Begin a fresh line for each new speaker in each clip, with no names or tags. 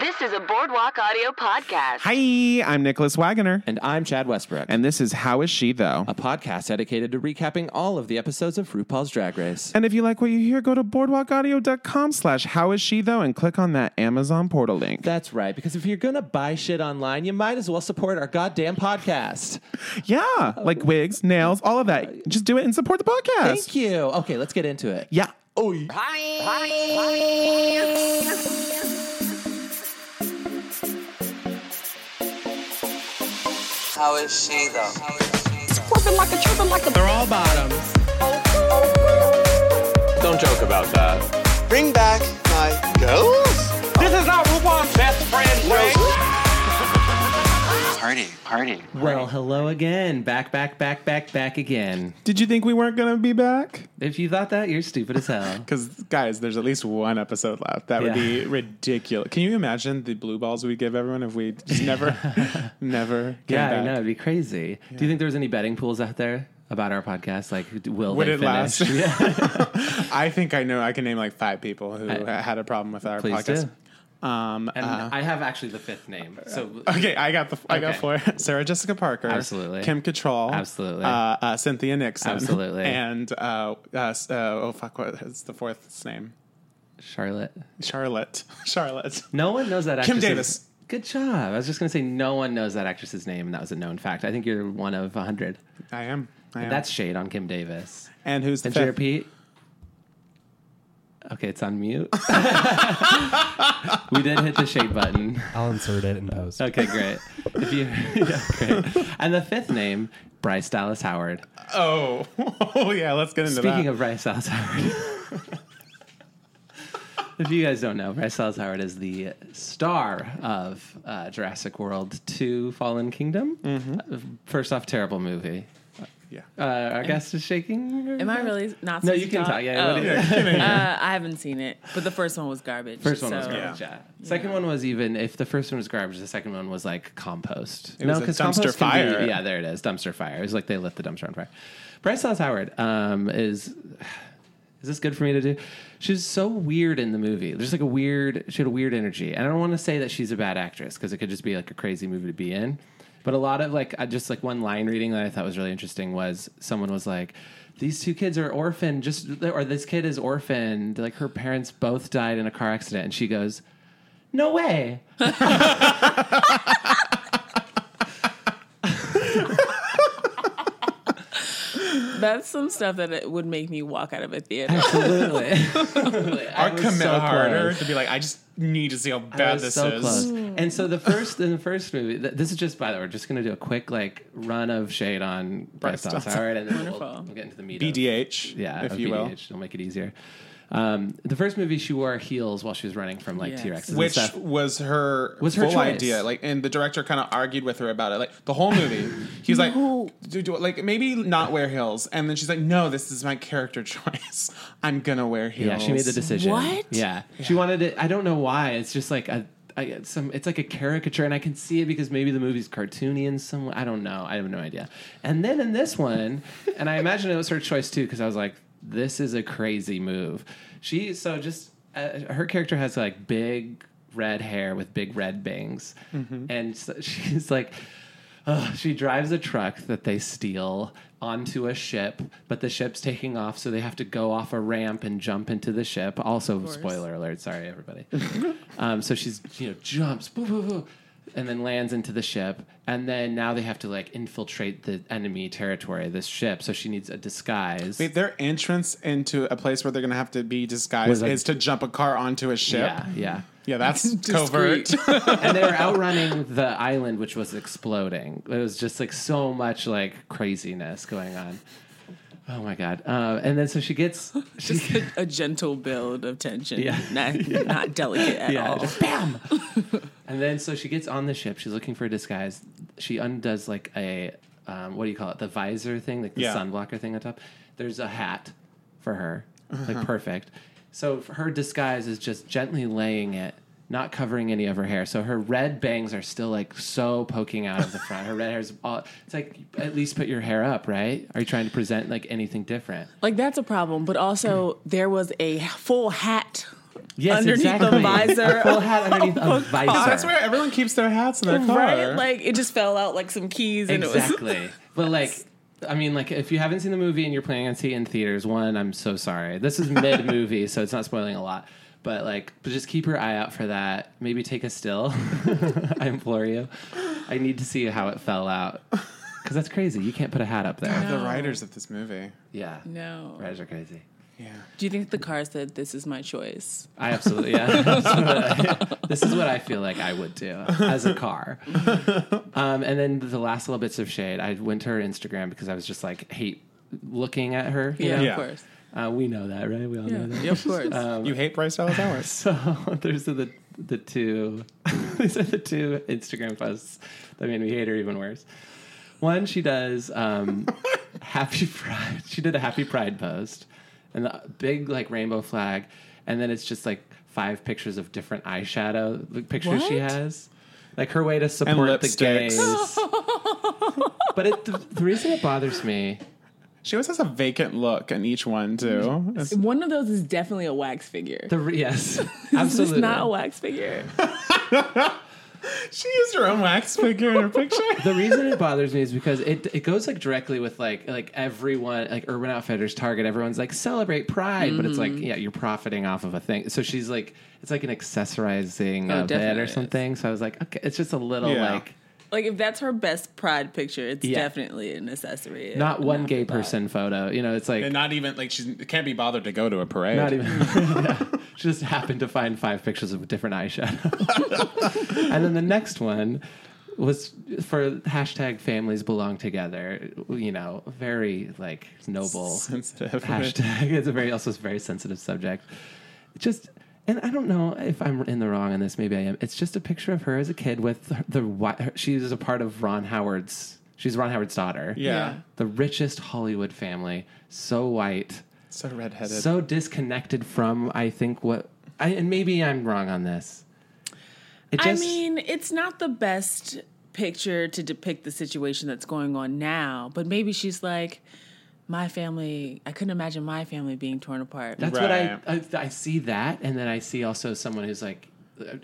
This is a Boardwalk Audio podcast.
Hi, I'm Nicholas Wagoner,
And I'm Chad Westbrook.
and this is How Is She Though?
a podcast dedicated to recapping all of the episodes of RuPaul's Drag Race.
And if you like what you hear, go to boardwalkaudio.com slash How Is She Though and click on that Amazon portal link.
That's right, because if you're gonna buy shit online, you might as well support our goddamn podcast.
yeah, like wigs, nails, all of that. Just do it and support the podcast.
Thank you. Okay, let's get into it.
Yeah.
Oh,
How is she though?
they're all bottoms.
Don't joke about that.
Bring back my girls.
This is not RuPaul's best friend, Ray.
Party, party.
Well, hello again. Back, back, back, back, back again.
Did you think we weren't going to be back?
If you thought that, you're stupid as hell.
Because, guys, there's at least one episode left. That would
Yeah.
be ridiculous. Can you imagine the blue balls we'd give everyone if we just never, never came
yeah, I
back?
know. It'd be crazy. Do you think there was any betting pools out there about our podcast? Like, will
Would
they
it
finish?
last? I think I know. I can name like five people who ha had a problem with our
Please
podcast.
do.
Um,
And I have actually the fifth name. So
Okay, I got the I got
Okay.
four. Sarah Jessica Parker,
Absolutely.
Kim Cattrall,
Absolutely.
uh, uh, Cynthia Nixon,
Absolutely.
and uh, uh, s- uh, oh fuck, what is the fourth's name?
Charlotte.
Charlotte, Charlotte.
No one knows that
Kim
actress's
Davis.
Good job. I was just going to say no one knows that actress's name, and that was a known fact. I think you're one of a 100.
I am. I am.
That's shade on Kim Davis.
and who's the
And Jared
fifth?
Pete? Okay, it's on mute. we did hit the shade button.
I'll insert it in post.
Okay, great. If you, yeah, great. And the fifth name, Bryce Dallas Howard.
Oh, oh yeah. Let's get into
Speaking
that.
of Bryce Dallas Howard, if you guys don't know, Bryce Dallas Howard is the star of uh, Jurassic World 2 Fallen Kingdom. Uh, First off, terrible movie.
yeah.
Uh, our guest is shaking.
Am I really not?
No,
supposed
you
to
can talk. Yeah,
Oh.
what do you-
Uh, I haven't seen it, but the first one was garbage.
First one
so-
was garbage. Yeah. Second one was even if the first one was garbage, the second one was like compost.
It was a dumpster
compost can
fire.
Be, yeah, there it is, dumpster fire. It's like they lit the dumpster on fire. Bryce Dallas Howard um, is. Is this good for me to do? She's so weird in the movie. There's like a weird, she had a weird energy. And I don't want to say that she's a bad actress because it could just be like a crazy movie to be in. But a lot of like, I just like one line reading that I thought was really interesting was someone was like, these two kids are orphaned, just, or this kid is orphaned. Like her parents both died in a car accident. And she goes, no way.
That's some stuff that it would make me walk out of a theater.
Absolutely.
Our
I was
commit
so
harder
close.
to be like, I just need to see how
I
bad
was
this
so
is.
close.
Mm.
And so the first in the first movie, th- this is just by the way, we're just going to do a quick like run of shade on
Bryce
Bryce Dallas
Dallas.
Howard, and then we'll,
Wonderful.
we'll get into the meat. of-
BDH,
yeah, oh,
if
of
you will.
BDH. It'll make it easier. Um, the first movie, she wore heels while she was running from like
Yes.
T Rexes and
which
stuff.
was her
Was her
full
choice.
idea. Like, and the director kind of argued with her about it. Like the whole movie, he's like, do, do, like maybe not wear heels, and then she's like, no, this is my character choice. I'm gonna wear heels.
Yeah, she made the decision.
What?
Yeah. She wanted it. I don't know why. It's just like a, I, it's some. It's like a caricature, and I can see it because maybe the movie's cartoony in some. way. I don't know. I have no idea. And then in this one, and I imagine it was her choice too, because I was like, this is a crazy move. She so just uh, her character has like big red hair with big red bangs, and so she's like. Ugh, she drives a truck that they steal onto a ship, but the ship's taking off, so they have to go off a ramp and jump into the ship. Also, spoiler alert. Sorry, everybody. um, so she's you know jumps, boo, boo, boo, and then lands into the ship, and then now they have to like infiltrate the enemy territory, of this ship. So she needs a disguise.
Wait, their entrance into a place where they're gonna have to be
Was
disguised
like-
is to jump a car onto a ship.
yeah,
Yeah,
yeah.
that's covert.
and they were outrunning the island, which was exploding. It was just like so much like craziness going on. Oh my god! Uh, and then so she gets she,
Just a, a gentle build of tension,
Yeah.
not not delicate at
yeah,
all.
just bam. and then so she gets on the ship. She's looking for a disguise. She undoes like a um, what do you call it? The visor thing, like the
Yeah.
sunblocker thing on top. There's a hat for her, like perfect. So f- her disguise is just gently laying it. Not covering any of her hair, so her red bangs are still like so poking out of the front. Her red hair's all—it's like at least put your hair up, right? Are you trying to present like anything different?
Like that's a problem. But also, there was a full hat
Yes,
underneath
exactly.
the visor.
A full hat underneath
of
a
a
visor.
car.
That's where everyone keeps their hats in their car.
Right? Like it just fell out like some keys and it
exactly. but like, I mean, like if you haven't seen the movie and you're planning on seeing it in theaters, one, I'm so sorry. This is mid movie, so it's not spoiling a lot. But like, but just keep your eye out for that. Maybe take a still. I implore you. I need to see how it fell out because that's crazy. You can't put a hat up there.
the writers of this movie.
Yeah.
was No.
Writers are crazy.
Yeah.
Do you think the car said this is my choice?
I absolutely yeah. That's what I- this is what I feel like I would do as a car. Um, and then the last little bits of shade, I went to her Instagram because I was just like hate looking at her. you
Yeah,
know?
Yeah.
of course.
Uh, we know that, right? We all know that.
Yeah, of course.
Um,
you hate Bryce Dallas Howard.
So there's the the two these are the two Instagram posts that made me hate her even worse. One, she does um, happy pride. She did a happy pride post and the big like rainbow flag, and then it's just like five pictures of different eyeshadow the pictures she
What?
has. Like her way to support the
lipsticks.
gays. but it, the, the reason it bothers me,
She always has a vacant look in each one too. It's-
One of those is definitely a wax figure.
the re- yes,
This is
absolutely
not a wax figure.
she used her own wax figure in her picture.
the reason it bothers me is because it it goes like directly with like like everyone like Urban Outfitters, Target, everyone's like celebrate Pride, but it's like
Mm-hmm.
yeah, you're profiting off of a thing. So she's like it's like an accessorizing
Oh,
of it
definitely
or
is.
something. So I was like, okay, it's just a little
Yeah.
like
Like if that's her best pride picture, it's
Yeah.
definitely uh, an accessory.
not one gay
the vibe.
person photo. You know, it's like
And not even like she can't be bothered to go to a parade.
Not even. She just happened to find five pictures of a different eyeshadow. and then the next one was for hashtag families belong together. You know, very like noble
Sensitive.
hashtag. It's a very also it's a very sensitive subject. Just. And I don't know if I'm in the wrong on this. Maybe I am. It's just a picture of her as a kid with the. the wi- her- she's a part of Ron Howard's. She's Ron Howard's daughter.
Yeah.
Yeah.
The richest Hollywood family. So white
So redheaded.
so disconnected from I think what I and maybe I'm wrong on this. It
I mean, it's not the best picture to depict the situation that's going on now, but maybe she's like, my family, I couldn't imagine my family being torn apart.
that's
Right.
what I, I I see that and then I see also someone who's like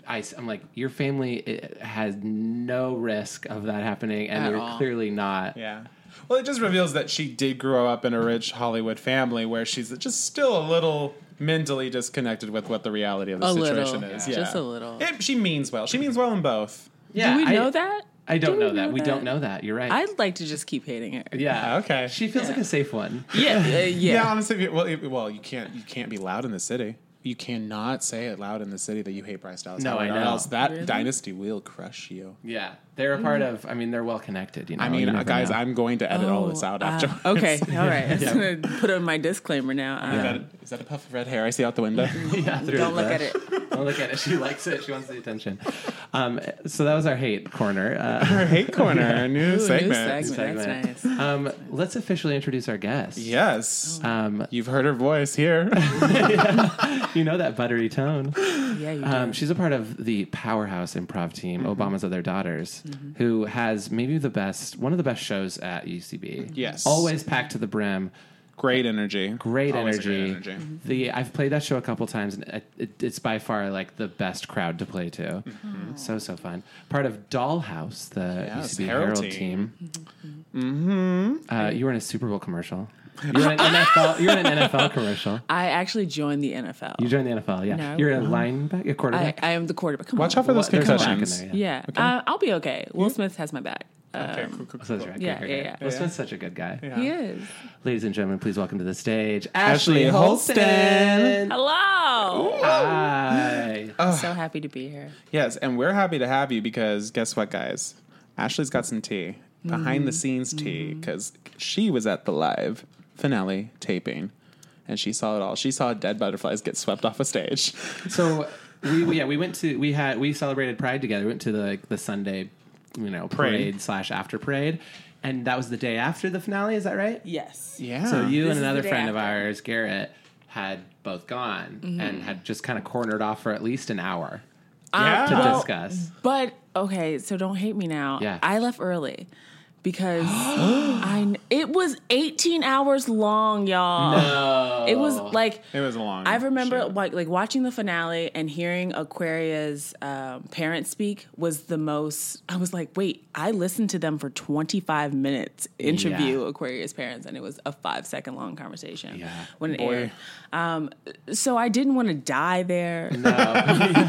I, am like your family eh, has no risk of that happening and
At
they're
all.
clearly not.
yeah. Well, it just reveals that she did grow up in a rich Hollywood family where she's just still a little mentally disconnected with what the reality of the
A little,
situation is.
yeah.
Yeah.
Just a little.
It- she means well. She means well in both.
Yeah,
Do we
I,
know that?
I don't
Do
know that. We don't know that. You're right.
I'd like to just keep hating her.
yeah.
Okay.
She feels like a safe one.
Yeah, uh, yeah.
Yeah, honestly, if you, well, if, well, you can't you can't be loud in the city. You cannot say it loud in the city that you hate Bryce Dallas.
No,
Howard,
I
or
know.
else that dynasty will crush you.
Yeah. They're
Mm-hmm.
a part of I mean they're well connected, you know.
I
you
mean, uh,
never
guys,
know.
I'm going to edit all this
Oh,
out
uh,
after.
okay, all right. I'm going to put on my disclaimer now. Uh,
Is that, is that a puff of red hair I see out the window?
Yeah, through
Don't
the
look at
brush.
it.
Don't look at it. She likes it. She wants the attention. Um, so that was our hate corner. Uh,
Her hate corner, a new
Ooh,
segment.
new segment. That's nice.
um, let's officially introduce our guest.
Yes,
Oh.
Um,
you've heard her voice here.
you know that buttery tone.
Yeah, you do.
Um, she's a part of the powerhouse improv team,
Mm-hmm.
Obama's Other Daughters, who has maybe the best, one of the best shows at UCB.
Yes.
Always packed to the brim.
Great energy.
Great
Always a
energy.
great energy.
Mm-hmm.
The I've played that show a couple times, and it, it, it's by far like the best crowd to play to.
Mm-hmm.
So so fun. Part of Dollhouse, the
Yes,
UCB
Herald
Herald, team.
team.
Mm-hmm.
Mm-hmm.
Uh, you were in a Super Bowl commercial. You were in an NFL. You were in an NFL commercial.
I actually joined the NFL.
You joined the NFL. Yeah,
No.
you're a linebacker, a
I,
quarterback.
I am the quarterback. Come
Watch
on.
out for those
There's a back in
concussions.
there, yeah.
Yeah, uh, I'll be okay. Will Smith has my back. Uh,
Okay, cool, cool,
So
cool.
that's right.
Yeah,
Good,
yeah,
good,
yeah.
good. Will Smith's such a good guy.
He is.
Ladies and gentlemen, please welcome to the stage
Ashley
Ashley Holston. Oh,
Hello.
Hi.
So happy to be here.
Yes, and we're happy to have you because guess what, guys? Ashley's got some tea, behind the
Mm.
scenes tea, because she was at the live finale taping. And she saw it all. She saw dead butterflies get swept off a stage.
So we we- yeah we went to we had we celebrated Pride together. We went to the like, the Sunday, you know, parade,
Parade.
slash after parade, and that was the day after the finale. Is that right?
Yes.
Yeah.
So you
This is
and
the
another
day
friend of
after. Mm-hmm.
ours, Garrett, had both gone and had just kind of cornered off for at least an hour to
Um,
yeah.
discuss.
But okay, so don't hate me now.
Yeah.
I left early because I kn- it was 18 hours long, y'all. It was like
It was a long.
Oh,
I remember
shoot.
like like watching the finale and hearing Aquaria's um, parents speak was the most. I was like, wait, I listened to them for 25 minutes interview
Yeah.
Aquaria's parents, and it was a five second long conversation
Yeah.
when it
Boy.
aired. Um, so I didn't want to die there.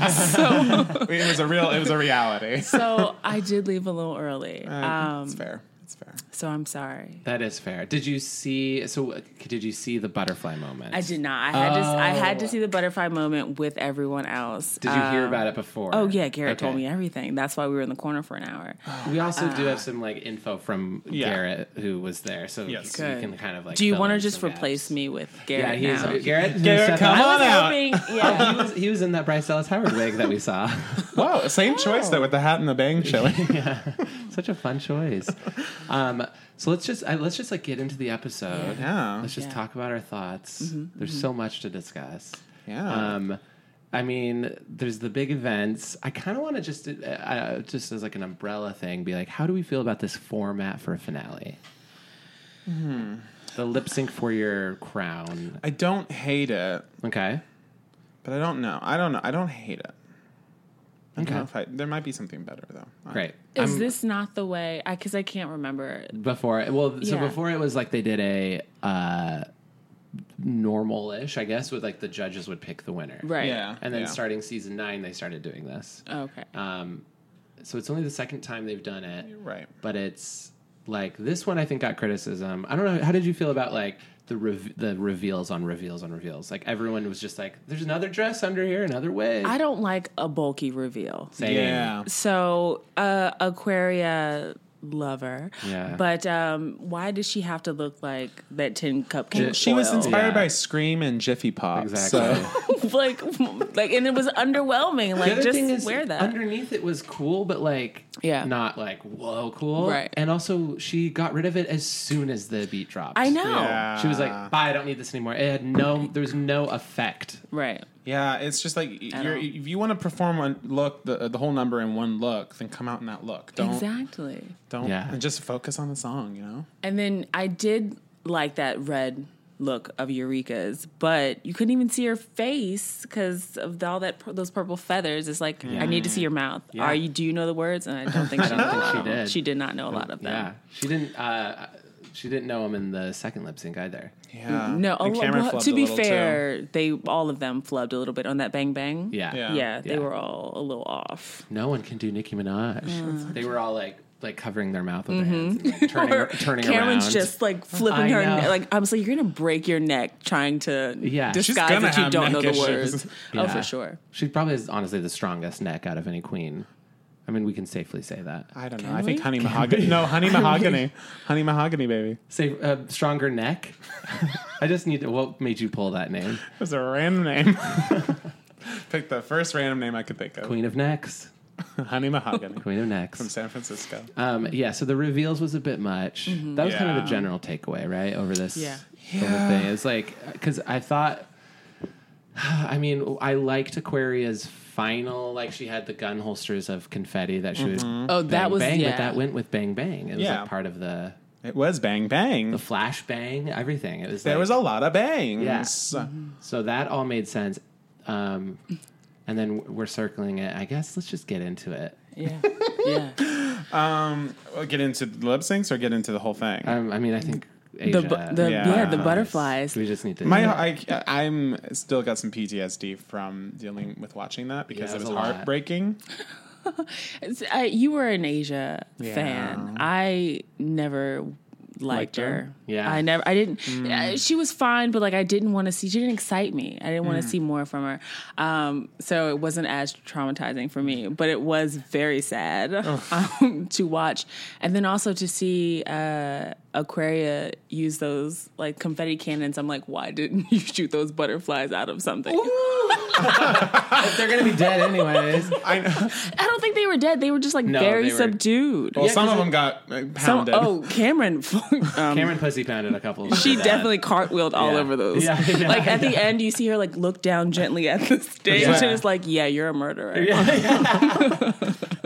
so
it was a real. It was a reality.
so I did leave a little early. Um,
Uh,
it's fair. It's fair.
so I'm sorry.
That is fair. Did you see? So uh, did you see the butterfly moment?
I did not. I had to. I had to see the butterfly moment with everyone else.
Oh. Did you hear
Um,
about it before?
Oh yeah, Garrett
Okay. Oh,
told me everything. That's why we were in the corner for an hour.
We also do
Uh,
have some like info from
Yeah.
Garrett who was there, so
Yes.
you
Good.
can kind of like.
Do you
fill
want to
in
just
some
replace
gaps.
me with
Yeah,
Garrett?
he's
now?
Garrett.
Garrett,
Garrett,
come
come
I
on.
was
out.
hoping, yeah.
on. He was in that Bryce Dallas Howard wig that we saw.
Wow, same choice though with the hat and the bang showing.
Such a fun choice. Um, so let's just I, let's just like get into the episode.
Yeah.
Let's just
Yeah. Mm-hmm,
talk about our thoughts. There's so much to discuss.
Yeah.
Um, I mean, there's the big events. I kind of want to just, uh, uh, just as like an umbrella thing, be like, how do we feel about this format for a finale? The lip sync for your crown.
I don't hate it,
Okay.
but I don't know. I don't know. I don't hate it. I don't
Okay.
know if I, there might be something better though.
Great.
Is
I'm-
this not the way? I Because I can't remember.
before well so
Yeah.
before it was like they did a uh normal-ish i guess with like the judges would pick the winner
Right.
Yeah.
and then
yeah.
starting season nine they started doing this
Okay.
um so it's only the second time they've done it
Right.
but it's like this one i think got criticism i don't know how did you feel about like the rev- the reveals on reveals on reveals like everyone was just like there's another dress under here another wig
I don't like a bulky reveal.
Same.
Yeah.
So, uh, Aquaria lover.
Yeah.
But um, why does she have to look like that tin cupcake?
She was
foil?
inspired
Yeah.
by Scream and Jiffy Pop.
exactly
So.
like, like, and it was underwhelming.
The
Like,
other
just
thing is
wear that.
underneath it was cool, but like
Yeah.
not like whoa cool.
Right.
And also she got rid of it as soon as the beat dropped.
I know.
Yeah.
She was
Ah.
like, bye, I don't need this anymore. It had no there was no effect.
Right.
Yeah, it's just like you're,
all.
if you want to perform one look, the the whole number in one look, then come out in that look. Don't
Exactly.
don't
Yeah.
and just focus on the song. You know,
And then I did like that red look of Eureka's, but you couldn't even see her face because of the- all that pur- those purple feathers. It's like I need to see your mouth. Are you? Do you know the words? And I don't think she,
don't think she
know.
did.
She did not know a lot of them.
Yeah. She didn't uh she didn't know him in the second lip sync either.
yeah.
No, a
Oh,
And
lo-
Cameron
well,
flubbed
to
a
be
little, too.
fair, they all of them flubbed a little bit on that bang bang.
Yeah.
Yeah.
yeah, they
Yeah.
were all a little off.
No one can do Nicki Minaj. They
Mm.
were all like like covering their mouth with their hands and like turning,
Or
turning
Mm-hmm. Cameron's
around.
just like
I
flipping her,
know.
ne- like I'm like, you're gonna break your neck trying to
Yeah. She's
disguise
gonna
that you
have
don't know
neck
the
issues.
words. Oh,
Yeah.
for sure.
She probably is honestly the strongest neck out of any queen. I mean, we can safely say that.
I don't know.
Can
I think
we?
honey mahogany. No, honey mahogany. honey mahogany, baby.
Say uh, stronger neck. I just need to. What made you pull that name?
It was a random name. Pick the first random name I could think of.
Queen of necks.
honey mahogany
Queen of
from
necks.
San Francisco.
Uh,
Um, yeah. So the reveals was a bit much. That was kind of the
Yeah.
general takeaway, right? Over this.
Mm-hmm. Yeah.
Over thing. It's like because I thought. I mean, I liked Aquaria's final. Like she had the gun holsters of confetti that she would.
Oh, that
bang,
was
bang,
yeah.
but that went with bang bang. It was
Mm-hmm. Yeah.
like part of the
It was bang bang.
the flash bang. Everything. It was
there
like,
was a lot of bangs. Mm-hmm.
Yeah. So that all made sense. Um, and then we're circling it. I guess let's just get into it.
Yeah, yeah.
Well, Get into the lip syncs or get into the whole thing.
Uh,
Um, I mean, I think
The
Asia.
bu- the
Yeah.
yeah, the butterflies.
We just need to.
My, I, I'm still got some PTSD from dealing with watching that because
Yeah,
it was
it was a lot.
heartbreaking.
It's- I, you were an Asia
Yeah.
fan. I never liked, her.
Yeah.
I never. I didn't. uh, she was fine, but like I didn't want to see. She didn't excite me. I didn't want to see more from her. Um, so it wasn't as traumatizing for me, but it was very sad um, to watch, and then also to see uh, Aquaria use those like confetti cannons. I'm like, why didn't you shoot those butterflies out of something?
They're gonna be dead anyways.
I know.
I don't think they were dead. They were just like
No,
very
they were-
subdued.
Well, some
'cause
of
it-
them got uh,
Some-
pounded.
oh, Cameron. um,
Cameron pussy pounded a couple. of
She
them.
definitely cartwheeled all
Yeah.
over those.
Yeah, I know,
like
I
at the
know.
end, you see her like look down gently at the stage,
Yeah.
and it's like, yeah, you're a murderer.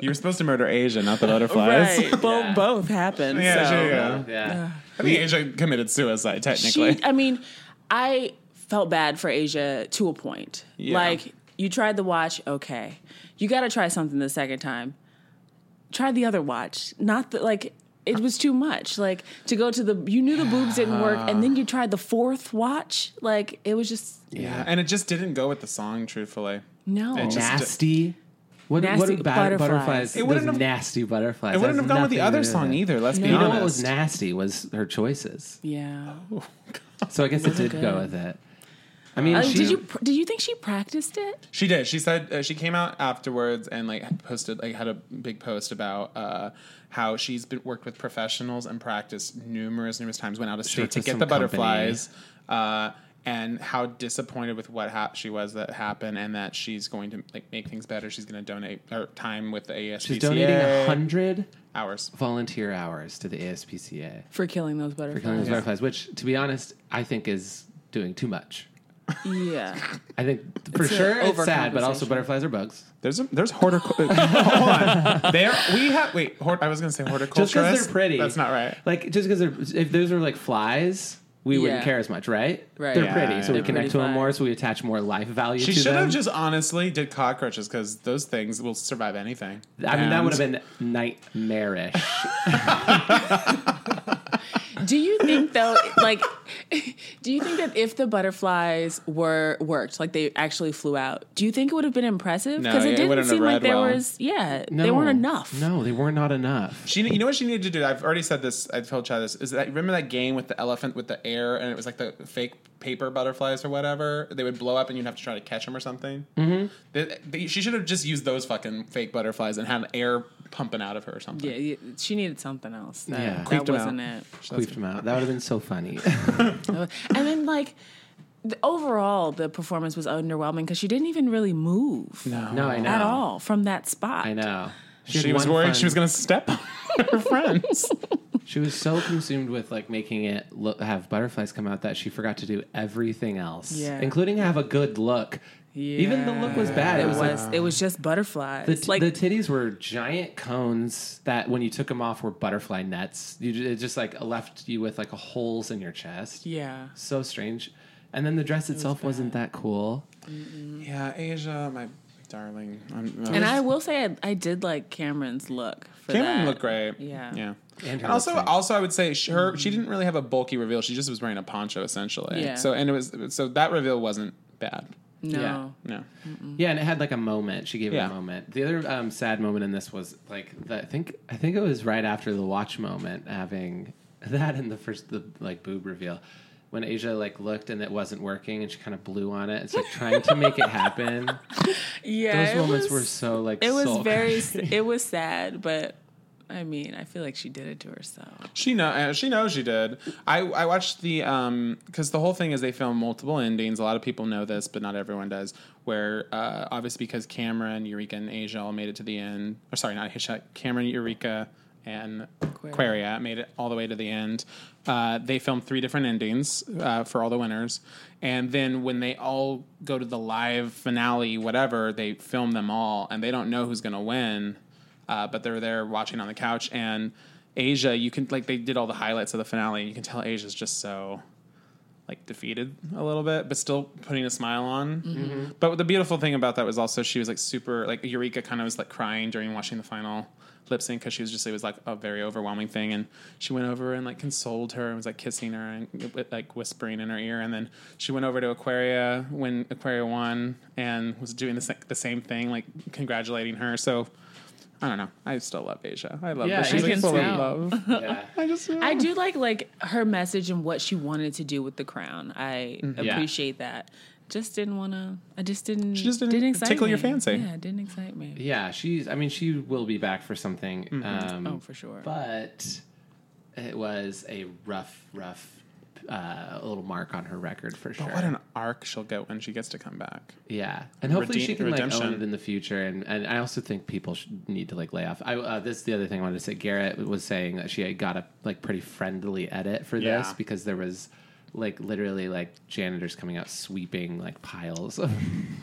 You were supposed to murder Asia, not the butterflies.
Right. Bo-
Yeah.
Both happened.
Yeah,
so.
sure, yeah.
Yeah.
I think Asia committed suicide, technically.
She, I mean, I felt bad for Asia to a point.
Yeah.
Like you tried the watch, okay. You got to try something the second time. Try the other watch. Not that like it was too much. Like to go to the you knew the boobs didn't work, and then you tried the fourth watch. Like it was just
yeah. And it just didn't go with the song, truthfully.
no.
It just-
Nasty. What,
Nasty
what about
butterflies.
butterflies?
It wouldn't
those
have-
nasty butterflies.
It wouldn't
That
have
has
gone with the
nothing to
other
do
song
it.
either, let's be
You
You
honest.
know what was nasty was her choices.
yeah.
So I guess it did go with it. I mean,
Uh,
she,
Oh, did you pr- did you think she practiced it?
She did. She said uh, she came out afterwards and like posted like had a big post about uh, how she's been worked with professionals and practiced numerous numerous times. Went out of state
with
to get
some
the butterflies, uh, and how disappointed with what hap- she was that happened, and that she's going to like make things better. She's going to donate her time with the ASPCA.
She's donating a hundred
hours.
volunteer hours to the ASPCA
For killing those
for
butterflies.
killing those butterflies, which, to be honest, I think is doing too much.
yeah.
I think for
It's a
sure it's sad, but also
overcompensation.
butterflies are bugs.
There's a, there's horticulture. Hold on, there we have wait. Hort- I was going to say
Just
horticulturist.
because they're pretty,
That's not right.
Like just because they're if those were like flies, we wouldn't
Yeah.
care as much, right?
Right.
They're
Yeah,
pretty,
yeah,
so we
yeah.
connect to
Pretty
them more, so we attach more life value.
She
to
should
them.
have just honestly did cockroaches because those things will survive anything.
I mean, that
And-
would have been nightmarish.
Do you think though, like, do you think that if the butterflies were worked, like they actually flew out, do you think it would have been impressive?
No,
Because
yeah,
it
it
didn't
wouldn't have
seem like
read
there
well.
was, yeah,
No.
they weren't enough.
No, they were not enough.
She, you know what she needed to do. I've already said this. I told Chad this. Is that remember that game with the elephant with the air and it was like the fake paper butterflies or whatever? They would blow up and you'd have to try to catch them or something. Mm-hmm. They, they- she should have just used those fucking fake butterflies and had air pumping out of her or something.
Yeah, yeah, she needed something else. That,
Yeah.
that
Queefed 'em
wasn't
out.
it.
Queefed them out. That would have been so funny.
And then like. The, overall, the performance was underwhelming because she didn't even really move
no, I know.
at all from that spot.
I know. had
She was
one
worried
fun-
she was going to step on her friends.
She was so consumed with like making it look, have butterflies come out that she forgot to do everything else,
Yeah.
including have a good look. Even the look was bad. It
It
was,
was,
like,
it was just butterflies.
The, t-
like
the titties were giant cones that, when you took them off, were butterfly nets. You ju- it just like left you with like holes in your chest.
yeah,
so strange. And then the dress itself was not that cool.
yeah, Asia, my darling. I'm,
and I will say I, I did like Cameron's look. For
Cameron
that.
looked great.
Yeah. Mm.
yeah.
And
And
her
also,
lipstick.
also, I would say she, her she didn't really have a bulky reveal. She just was wearing a poncho essentially.
Yeah.
So and it was so that reveal wasn't bad.
No.
Yeah.
No.
yeah, and it had like a moment. She gave
Yeah.
it a moment. The other um, sad moment in this was like the, I think I think it was right after the watch moment, having that in the first the like boob reveal. When Asia like looked and it wasn't working, and she kind of blew on it. It's like trying to make it happen.
Yeah,
Those
it
moments
was-
were so like
It was
soul
very.
crushing.
It was sad, but I mean, I feel like she did it to herself.
She know uh, she knows she did. I I watched the um because the whole thing is they film multiple endings. A lot of people know this, but not everyone does. Where uh, obviously because Cameron, Eureka, and Asia all made it to the end. Or sorry, not Asia. Cameron, Eureka, and Aquaria made it all the way to the end. Uh, they filmed three different endings uh, for all the winners, and then when they all go to the live finale, whatever, they film them all, and they don't know who's gonna win uh, but they're there watching on the couch. And Asia, you can like they did all the highlights of the finale, and you can tell Asia's just so like defeated a little bit, but still putting a smile on. But the beautiful thing about that was also she was like super like Eureka kind of was like crying during watching the final lip sync because she was just it was like a very overwhelming thing, and she went over and like consoled her and was like kissing her and like whispering in her ear, and then she went over to Aquaria when Aquaria won and was doing the, sa- the same thing like congratulating her. So. I don't know. I still love Asia. I love
Yeah,
that
I
she's like
can
full
tell.
of love.
Yeah.
I just
I
Mm.
do like like her message and what she wanted to do with the crown. I
Yeah.
appreciate that. Just didn't want to. I just didn't.
just didn't
excite
tickle your
me.
fancy.
Yeah, it didn't excite me.
Yeah, she's. I mean, she will be back for something. Um,
Mm-hmm. Oh.
Oh, for sure.
But it was a rough, rough uh, a little mark on her record for sure.
What an arc she'll get when she gets to come back.
Yeah, and hopefully
Redeem-
she can like own
redemption.
it in the future. And, and I also think people should need to like lay off. I uh, this is the other thing I wanted to say. Garrett was saying that she had got a like pretty friendly edit for this
Yeah.
because there was like literally like janitors coming out sweeping like piles of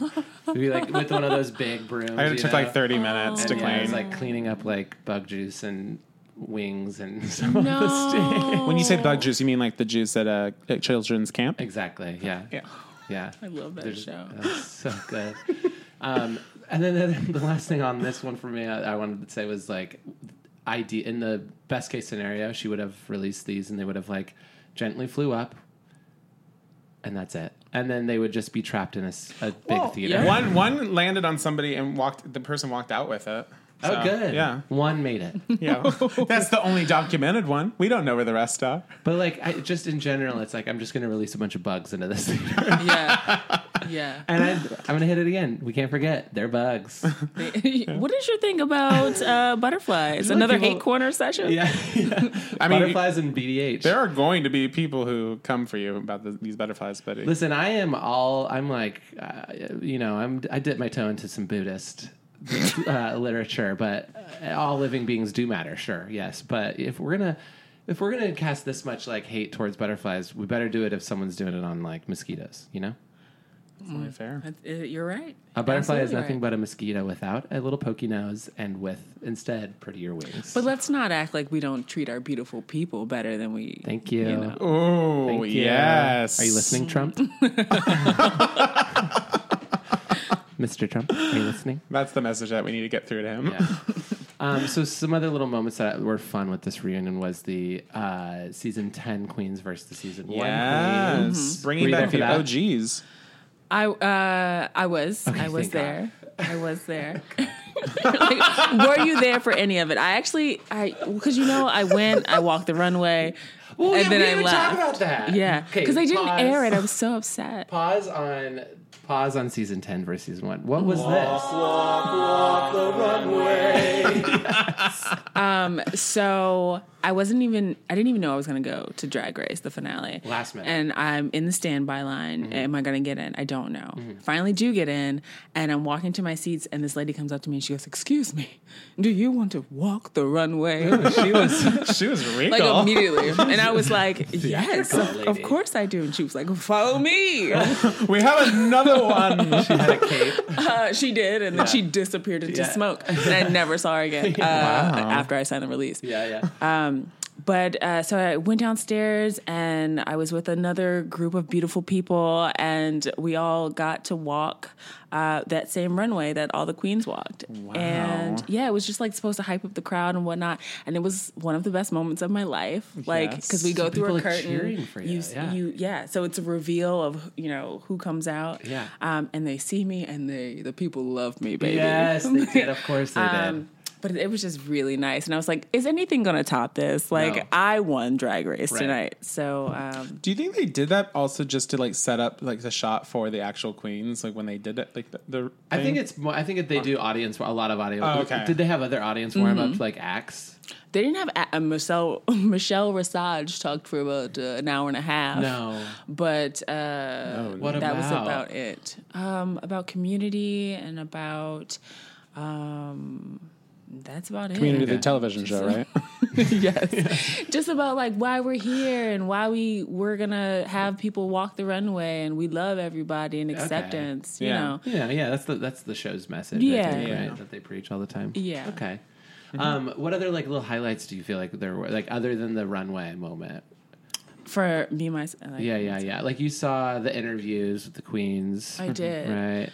maybe like with one of those big brooms.
I
you
it took
know?
like 30 minutes
And,
to
yeah, it was,
clean.
like cleaning up like bug juice and wings and some of the steam.
No.
when you say bug juice, you mean like the juice at a at children's camp?
Exactly. Yeah.
Yeah.
Yeah.
I love that show.
That's so good. um, and then the, the last thing on this one for me, I, I wanted to say was like, ID in the best case scenario, she would have released these, and they would have like gently flew up, and that's it. And then they would just be trapped in a, s- a big theater.
yeah.
One one landed on somebody and walked. The person walked out with it.
Oh,
So,
good.
Yeah,
One made it.
yeah. That's the only documented one. We don't know where the rest are.
But like, I, just in general, it's like I'm just going to release a bunch of bugs into this theater,
yeah. Yeah.
and I, I'm going to hit it again. We can't forget they're bugs.
what is your thing about uh, butterflies?
like
Another
people-
eight corner session?
yeah.
I mean,
Butterflies and BDH.
there are going to be people who come for you about the, these butterflies, but it-
Listen, I am all. I'm like, uh, you know, I'm. I dip my toe into some Buddhist uh, literature, but uh, all living beings do matter. Sure, yes, but if we're gonna, if we're gonna cast this much like hate towards butterflies, we better do it if someone's doing it on like mosquitoes. You know,
it's only fair.
Uh, You're right.
a butterfly is
Absolutely
nothing
right.
but a mosquito without a little pokey nose and with instead prettier wings.
But let's not act like we don't treat our beautiful people better than we.
Thank you.
know.
Oh
Thank you.
yes.
Are you listening, Trump? Mr. Trump, are you listening?
That's the message that we need to get through to him.
Yeah. um, so some other little moments that were fun with this reunion was the uh, season ten queens versus the season one
Yes, Mm-hmm.
queens.
bringing
Were you
back the
there for
OGs.
I uh, I was I was
thank God.
there. I was there. like, were you there for any of it? I actually I because you know I went. I walked the runway.
Well,
and
yeah, we
then I
didn't even
left.
talk about that.
Yeah,
Okay,
because they didn't
pause.
air it. I was so upset.
Pause on pause on season ten versus season one. What was
So I wasn't even. I didn't even know I was going to go to Drag Race the finale
Last minute. Mm-hmm.
And I'm in the standby line. Am I going to get in? I don't know. Finally, do get in, and I'm walking to my seats, and this lady comes up to me and she goes, "Excuse me, do you want to walk the runway?"
this? She was
She was regal.
like immediately, and I was like, "Yes, of,
Theatrical
of
lady.
course I do." And she was like, "Follow me."
we have another one.
she had a cape.
Uh, she did, and then she disappeared into
Yeah.
smoke, and I never saw her again uh, after I signed the release.
Yeah, yeah.
But uh, so I went downstairs and I was with another group of beautiful people, and we all got to walk uh, that same runway that all the queens walked. And yeah, it was just like supposed to hype up the crowd and whatnot. And it was one of the best moments of my life, like
Yes.
because we go
So
through
people
a
are
curtain,
cheering for you,
s-
yeah.
you- yeah. So it's a reveal of you know who comes out,
Yeah.
Um, and they see me, and they the people love me, baby.
Yes, they did. Of course they did.
Um, but it was just really nice, and I was like, "Is anything going to top this?" Like,
No.
I won Drag Race
Right.
tonight, so um,
Do you think they did that also just to like set up like the shot for the actual queens, like when they did it, like the, the
I think
thing?
it's more. I think that they do audience a lot of audience.
Oh, okay.
Did they have other audience warm
Mm-hmm.
ups like acts?
they didn't have a- uh, Michelle Michelle Rasage talked for about uh, an hour and a half.
No.
but uh,
Oh,
What
that
about?
was about it. Um, about community and about um, that's about
community
it.
the television show, right?
yes. Just about like why we're here and why we we're gonna have people walk the runway and we love everybody and acceptance. You
Yeah.
know.
Yeah, yeah, that's the that's the show's message.
Yeah.
I think,
Yeah. Mm-hmm.
right, that they preach all the time.
Yeah.
Okay. Um, what other like little highlights do you feel like there were like other than the runway moment?
For me myself. Like,
Yeah, yeah, yeah. Like you saw the interviews with the queens,
I did. Um,
right?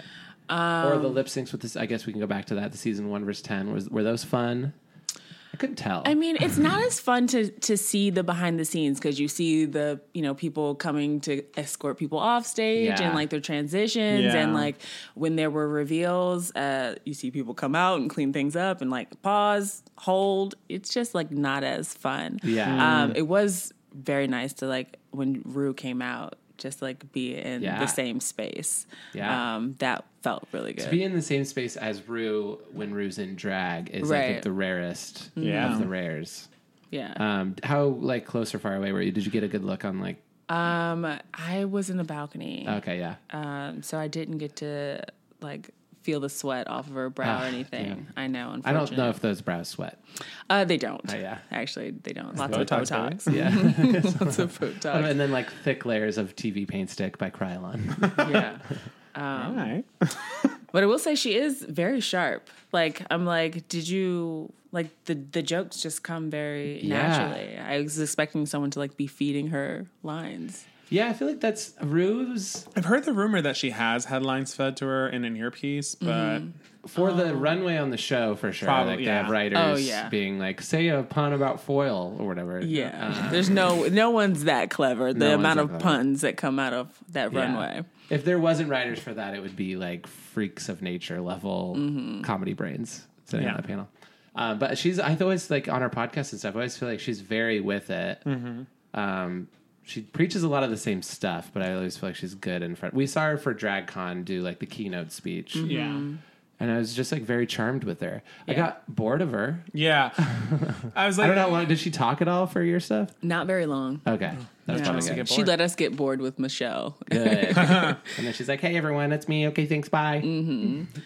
or the lip syncs with this. I guess we can go back to that. The season one versus ten was were those fun? I couldn't tell.
I mean, it's not as fun to to see the behind the scenes because you see the you know people coming to escort people off stage
Yeah.
and like their transitions and
Yeah.
like when there were reveals, uh, you see people come out and clean things up and like pause, hold. It's just like not as fun.
Yeah.
um, it was very nice to like when Rue came out, just like be in
Yeah.
the same space.
Yeah.
um, that felt really good.
to be in the same space as Rue when Rue's in drag is I think
Right.
the rarest
Yeah.
of the rares.
yeah.
uh, Um, how like close or far away were you? Did you get a good look on like
Um, I was in the balcony,
Okay, yeah.
um, so I didn't get to like feel the sweat off of her brow
Ah,
or anything. I know.
I
Unfortunately.
don't know if those brows sweat.
uh, they don't.
yeah.
actually, they don't. Lots of
Botox,
Botox.
Yeah.
Lots of Botox.
and then like thick layers of TV paint stick by Krylon.
yeah.
All right.
But I will say she is very sharp. Like I'm like, did you like the the jokes just come very
Yeah.
naturally? I was expecting someone to like be feeding her lines.
yeah, I feel like that's a ruse
I've heard the rumor that she has headlines fed to her in an earpiece, but
for the runway on the show for sure.
Probably,
like they
yeah.
have writers
Oh, yeah.
being like, say a pun about foil or whatever.
Yeah, there's no no one's that clever. The
Uh, one's
amount
that
of
clever.
puns that come out of that
Yeah.
runway.
If there wasn't writers for that, it would be like freaks of nature level comedy brains sitting
Yeah.
on that panel. Uh, but she's, I always like on her podcast and stuff, I always feel like she's very with it. Um, she preaches a lot of the same stuff, but I always feel like she's good in front. We saw her for DragCon do like the keynote speech,
Mm-hmm.
Mm-hmm.
yeah.
and I was just like very charmed with her. I got bored of her.
Yeah. I was like,
I don't know. why- Did she talk at all for your stuff?
Not very long.
Okay, that's
No.
probably
to
good.
get
She
bored.
let us get bored with Michelle.
Good. and then she's like, "Hey everyone, it's me. Okay, thanks. Bye."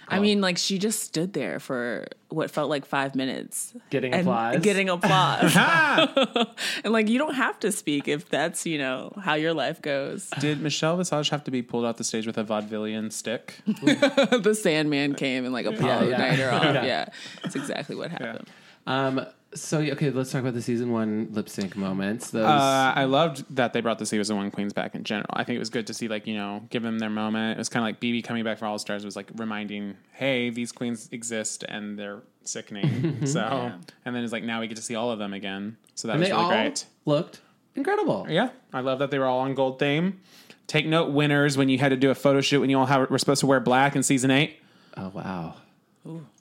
I mean, like she just stood there for what felt like five minutes,
Getting
and
applause.
getting applause,
"Ah!"
and like you don't have to speak if that's you know how your life goes.
Did Michelle Visage have to be pulled off the stage with a vaudevillian stick?
the Sandman came and like apologized
yeah.
her off.
Yeah.
Yeah. it's exactly what happened.
Um. So yeah, okay, let's talk about the season one lip sync moments. Those.
Uh, I loved that they brought the Divas and One Queens back in general. I think it was good to see, like, you know, give them their moment. It was kind of like BB coming back for All Stars was like reminding, hey, these queens exist and they're sickening. so, and then it's like now we get to see all of them again. So that
and
was
they
really
all
great.
looked incredible.
Yeah, I love that they were all on gold theme. Take note, winners, when you had to do a photo shoot when you all have, were supposed to wear black in season eight.
Oh wow.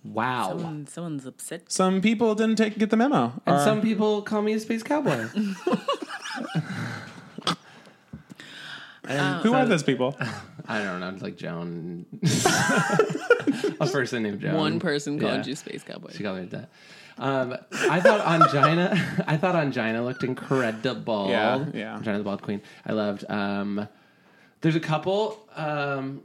Wow.
Someone, someone's upset.
Some people didn't take get the memo.
and
Or-
some people call me a space cowboy.
who are those people?
I don't know. It's like Joan. a person named Joan.
One person called
yeah.
you Space Cowboy.
She called me that. Um, I thought Angina. I thought Angina looked incredible.
Yeah, yeah.
Angina the Bald Queen. I loved. Um, there's a couple. Um,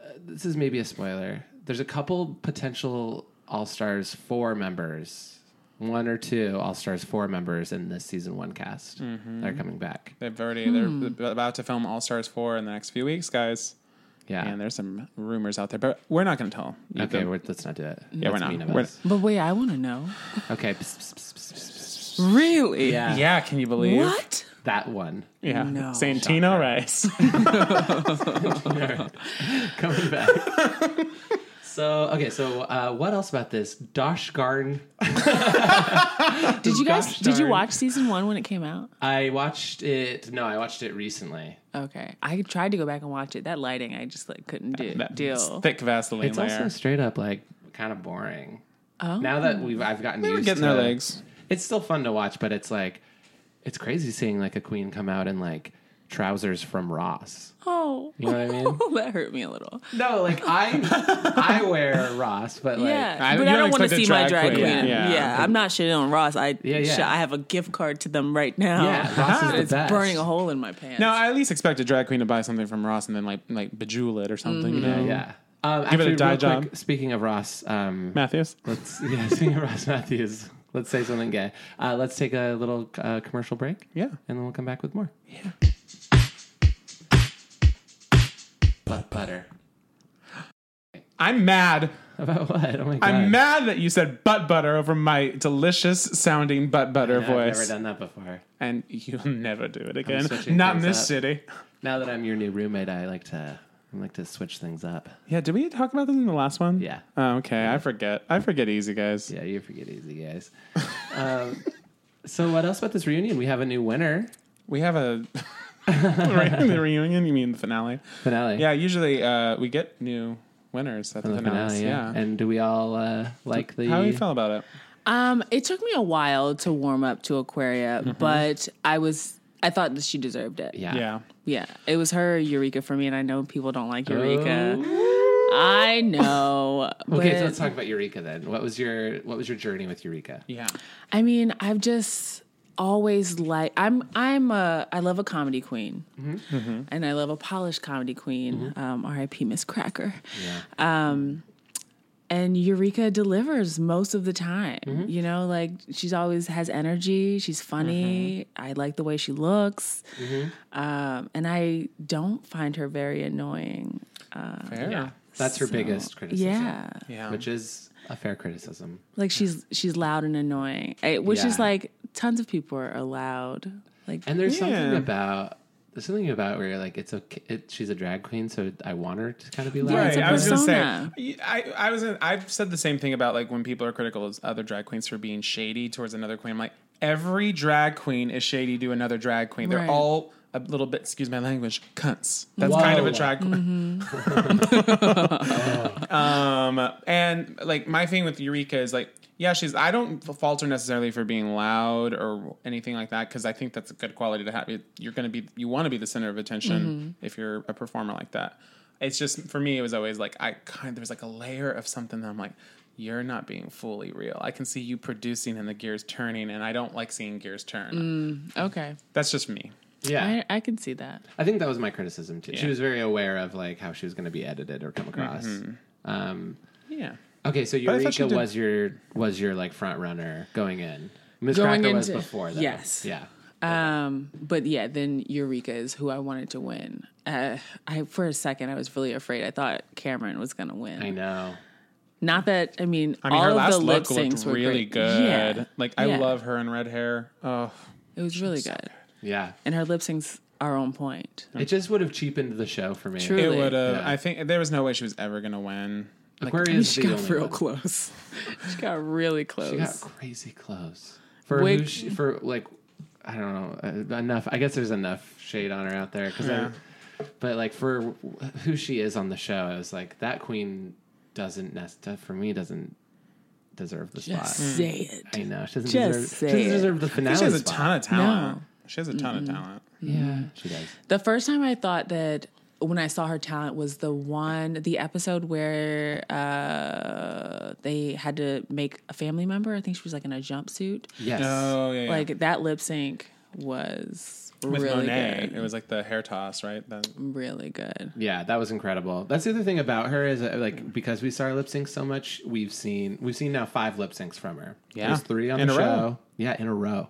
uh, this is maybe a spoiler. There's a couple potential All Stars four members, one or two All Stars four members in this season one cast.
Mm-hmm.
They're coming back.
They've already
Hmm.
they're about to film All Stars four in the next few weeks, guys.
Yeah.
And there's some rumors out there, but we're not going to tell. You
okay,
can-
we're, let's not do it.
yeah, we're
That's
not.
mean of
We're-
us.
But wait, I want to know.
Okay. pss, pss, pss, pss, pss, pss.
Really?
Yeah.
yeah, can you believe?
What?
That one
Yeah,
No.
Santino Rice.
coming back. so okay, so uh, what else about this Dosh Garn?
Did you guys?
Gosh
did you
darn.
watch season one when it came out?
I watched it. No, I watched it recently.
Okay, I tried to go back and watch it. That lighting, I just like couldn't do
That
deal.
thick Vaseline
It's
layer.
also straight up like kind of boring.
Oh.
Now that we've I've gotten
They're
used
getting
to
their legs.
It's still fun to watch, but it's like it's crazy seeing like a queen come out in like trousers from Ross.
oh,
You know what I mean?
that hurt me a little.
No, like I I wear Ross, but like
yeah,
I-
but
you
I
don't
don't want to
expect a
see my
drag
drag
queen.
queen.
Yeah.
Yeah,
Yeah.
I'm not shitting on Ross. I
Yeah, yeah.
sh- I have a gift card to them right now.
Yeah, Ross is the
it's
best.
burning a hole in my pants.
No, I at least expect a drag queen to buy something from Ross and then like like bejewel it or something. You know?
yeah. Um,
Give it a
actually,
dye
real quick,
job.
speaking of Ross, um,
Matthews.
let's yeah, speaking of Ross Matthews, let's say something gay. Uh, let's take a little uh, commercial break.
Yeah.
and then we'll come back with more. Yeah. Butt butter.
I'm mad.
About what? Oh my god!
I'm mad that you said butt butter over my delicious sounding butt butter
No,
voice.
I've never done that before.
and you'll never do it again.
switching
Not in
things
this
up.
city.
Now that I'm your new roommate, I like to I like to switch things up.
Yeah, did we talk about this in the last one?
Yeah.
Oh, okay, I forget. I forget easy, guys.
Yeah, you forget easy guys. um, so what else about this reunion? We have a new winner
We have a the reunion. You mean the finale?
finale.
Yeah. Usually, uh, we get new winners at the,
The
finales.
finale,
yeah.
yeah. And do we all uh, like the?
How do you feel about it?
Um, it took me a while to warm up to Aquaria, but I was I thought that she deserved it.
Mm-hmm. Yeah.
Yeah.
Yeah. It was her Eureka for me, and I know people don't like Eureka. I
Oh.
know.
Okay,
but-
so let's talk about Eureka then. What was your What was your journey with Eureka?
Yeah.
I mean, I've just always like I'm I'm a I love a comedy queen,
Mm-hmm.
and I love a polished comedy queen. Um, R.I.P. Miss Cracker. Um, and Eureka delivers most of the time.
Mm-hmm.
You know, like she's always has energy. She's funny.
Mm-hmm.
I like the way she looks, um, and I don't find her very annoying.
Fair. Yeah.
That's her
So,
biggest criticism.
Yeah,
Which is a fair criticism.
like she's she's loud and annoying, I- which
Yeah.
is like tons of people are loud. Like
And there's
Yeah.
something about there's something about where like it's okay. It, she's a drag queen, so I want her to kind of be loud.
Right. it's a
I was gonna say.
persona.
I, I was. In, I've said the same thing about like when people are critical of other drag queens for being shady towards another queen. I'm like, every drag queen is shady to another drag queen. They're
Right.
all a little bit. Excuse my language. Cunts. That's
Whoa.
kind of a drag queen. um, and like my thing with Eureka is like. Yeah, she's. I don't falter necessarily for being loud or anything like that because I think that's a good quality to have. You- You're going to be, you want to be the center of attention if you're a performer like that. It's just for me, it was always like I kind there was like a layer of something that I'm like, you're not being fully real. I can see you producing and the gears turning, and I don't like seeing gears turn.
okay,
That's just me.
Yeah.
I, I can see that.
I think that was my criticism too.
Yeah.
She was very aware of like how she was going to be edited or come across. Um,
Yeah.
okay, so
Mm-hmm. I thought she
Eureka
did-
was your was your like front runner going in. Miss
Going
Cracker was
into-
before that.
yes.
Yeah.
Um, but yeah, then Eureka is who I wanted to win. Uh, I for a second I was really afraid. I thought Cameron was going to win.
I know.
Not that I mean,
I mean,
all
her
of
last
the lip
look looked
syncs were
really
great.
good.
Yeah.
Like I
Yeah.
love her in red hair. Oh,
It was really good,
Yeah.
and her lip syncs are on point.
It just would have cheapened the show for me.
True.
it
Really?
would have.
Yeah.
I think there was no way she was ever gonna win.
Aquarius
she
is the
got
only
real
one.
close. she got really close.
She got crazy close for
Wig-
who she, for like I don't know uh, enough. I guess there's enough shade on her out there 'cause I- but like for who she is on the show, I was like that queen doesn't nest for me doesn't deserve the spot.
Just say it.
I know she doesn't
Just
deserve. She
say
doesn't
it.
deserve the
I
finale.
think she has a
spot.
ton of talent. She has a ton of talent.
Yeah, she does.
The first time I thought that when I saw her talent was the one, the episode where uh, they had to make a family member. I think she was like in a jumpsuit.
Yes.
Oh yeah. yeah.
Like that lip sync was
with
really
Monet,
good.
it was like the hair toss, right? The,
Really good.
Yeah, that was incredible. That's the other thing about her is uh, like because we saw her lip sync so much, we've seen we've seen now five lip syncs from her.
Yeah.
There's three on
In
the
a
show.
row.
Yeah, in a row.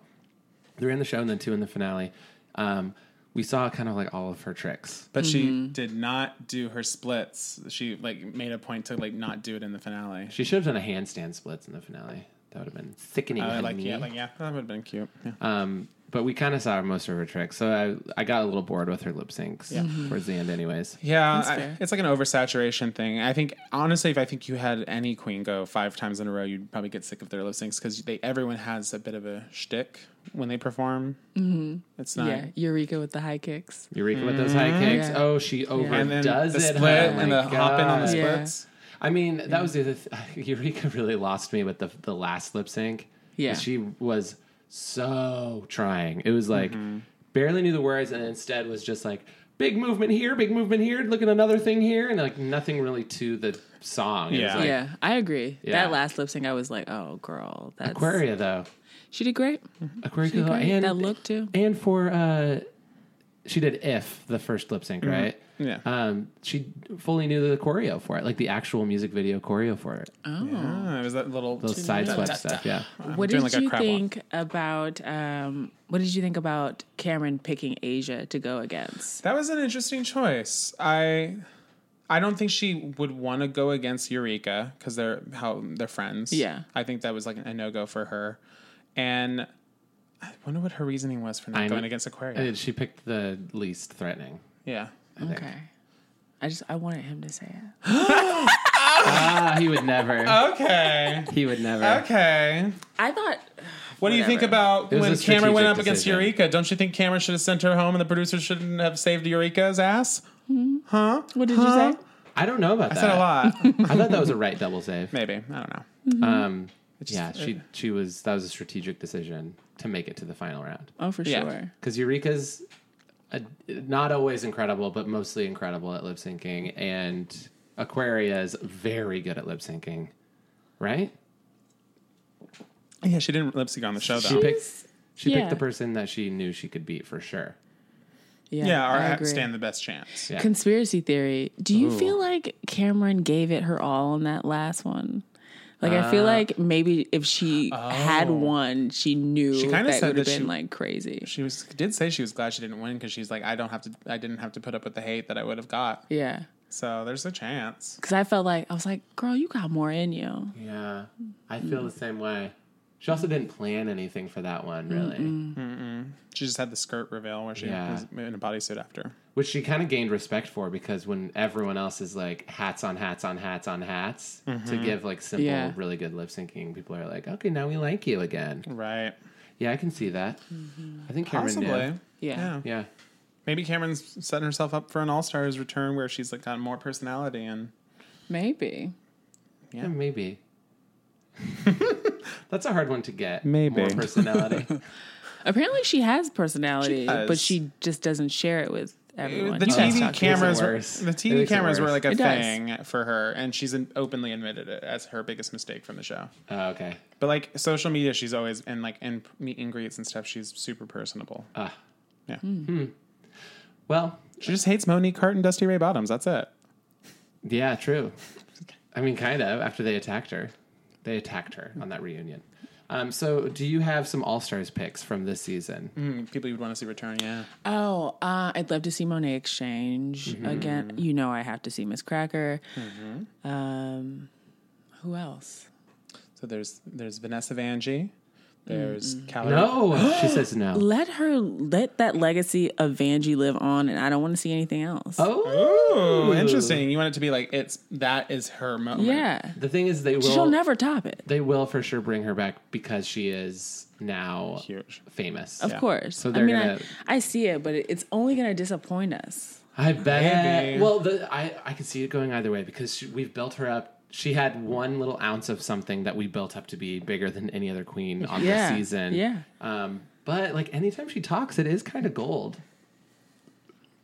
Three in the show and then two in the finale. Um, we saw kind of like all of her tricks.
but she
Mm-hmm.
did not do her splits. She like made a point to like not do it in the finale.
She should have done a handstand splits in the finale. That would have been sickening.
Uh,
honey.
like yeah, like yeah, that would have been cute. Yeah.
um, but we kind of saw most of her tricks, so I I got a little bored with her lip syncs
Mm-hmm.
towards the end, anyways.
Yeah, I-
fair.
it's like an oversaturation thing. I think honestly, if I think you had any queen go five times in a row, you'd probably get sick of their lip syncs because they everyone has a bit of a shtick when they perform. Mm-hmm. It's not.
Yeah. Eureka with the high kicks.
Eureka with those high kicks.
Yeah.
Oh, she overdoes
Mm-hmm. And then the
it.
split
Oh
and the
my
hopping on the
God.
Yeah.
splits.
I mean, that was the other th- Eureka really lost me with the the last lip sync. 'Cause
Yeah.
she was so trying. It was like
Mm-hmm.
barely knew the words, and instead was just like big movement here, big movement here. Look at another thing here, and like nothing really to the song. It was
Yeah.
like,
yeah, I agree.
Yeah.
That last lip sync, I was like, oh, girl. That's,
Aquaria though,
She did great.
Oh,
Aquaria
did
though,
great.
and
That look, too.
and for uh, she did if the first lip sync right.
Mm-hmm. Yeah.
Um, she fully knew the choreo for it, like the actual music video choreo for it.
Ah, it was that little.
Those side swipe stuff, yeah.
I'm
what did
doing, like, a
you
crab walk.
think about um, what did you think about Cameron picking Asia to go against?
That was an interesting choice. I I don't think she would want to go against Eureka because they're how they're friends.
Yeah.
I think that was like a no go for her. And I wonder what her reasoning was for not
I
going
kn-
against Aquarius.
And she picked the least threatening.
yeah.
Okay. I just I wanted him to say it.
Ah, he would never.
Okay.
He would never.
okay.
I thought
What do you think
Whatever.
about
It was
when
a
Cameron went
strategic
up against
decision.
Eureka? Don't you think Cameron should have sent her home and the producers shouldn't have saved Eureka's ass?
what did you say?
I don't know about
I
that.
said a lot.
I thought that was a right double save.
Maybe. I don't know.
Um, yeah, she she was that was a strategic decision to make it to the final round
Oh for
Yeah.
sure.
because Eureka's a, not always incredible, but mostly incredible at lip syncing, and Aquaria is very good at lip syncing, right?
Yeah, she didn't lip sync on the show though.
She picked. She
Yeah.
picked the person that she knew she could beat for sure.
Yeah,
Yeah, or
I
have
agree.
stand the best chance.
Yeah.
Conspiracy theory. Do you
Ooh.
feel like Cameron gave it her all on that last one? Like I feel like maybe if she had won, she knew
oh. She kinda
that
said
would have
that
been
she-
like crazy.
She was did say she was glad she didn't win because she's like I don't have to I didn't have to put up with the hate that I would have got.
Yeah,
So there's a chance.
because I felt like I was like, girl, you got more in you.
Yeah, I feel the same way. She also didn't plan anything for that one, really,
She just had the skirt reveal where she
Yeah.
was in a bodysuit after.
which she kind of gained respect for because when everyone else is like hats on hats on hats on hats to give like simple,
Yeah.
really good lip syncing, people are like, okay, now we like you again.
Right.
Yeah, I can see that. I think Cameron
Possibly.
did.
Yeah.
Yeah,
Maybe Cameron's setting herself up for an All Stars return where she's like got more personality and
Maybe.
yeah, maybe. That's a hard one to get.
Maybe.
more personality.
Apparently, she has personality,
She does. Uh,
but she just doesn't share it with everyone.
the
You guys
TV
talked-
cameras,
It
were,
makes it
the
worse.
TV
It makes it
cameras were
worse.
like a
It does.
thing for her, and she's an- openly admitted it as her biggest mistake from the show.
oh, okay.
But like social media, she's always and like in meet and greets and stuff. She's super personable.
Ah.
yeah.
Well,
She just hates Monique Hart and Dusty Ray Bottoms. That's it.
Yeah, true. I mean, kind of. After they attacked her, they attacked her on that reunion. Um, so, do you have some All Stars picks from this season?
People you'd want to see return. Yeah.
Oh, uh, I'd love to see Monet Exchange again.
Mm-hmm.
You know, I have to see Miss Cracker. Um, who else?
So there's there's Vanessa Vanjie. There's Callie.
No, she says no.
Let her let that legacy of Vanjie live on, and I don't want to see anything else.
Oh,
Ooh, interesting. You want it to be like it's that is her moment.
yeah,
The thing is, they will.
she'll never top it.
They will for sure bring her back because she is now
Huge.
famous.
Of course.
So
I
they're
mean,
gonna.
I, I see it, but it, it's only going to disappoint us.
I bet.
Maybe.
Well, the, I I could see it going either way because she, we've built her up. She had one little ounce of something that we built up to be bigger than any other queen on
Yeah.
this season.
Yeah.
Um, but like anytime she talks, it is kind of gold.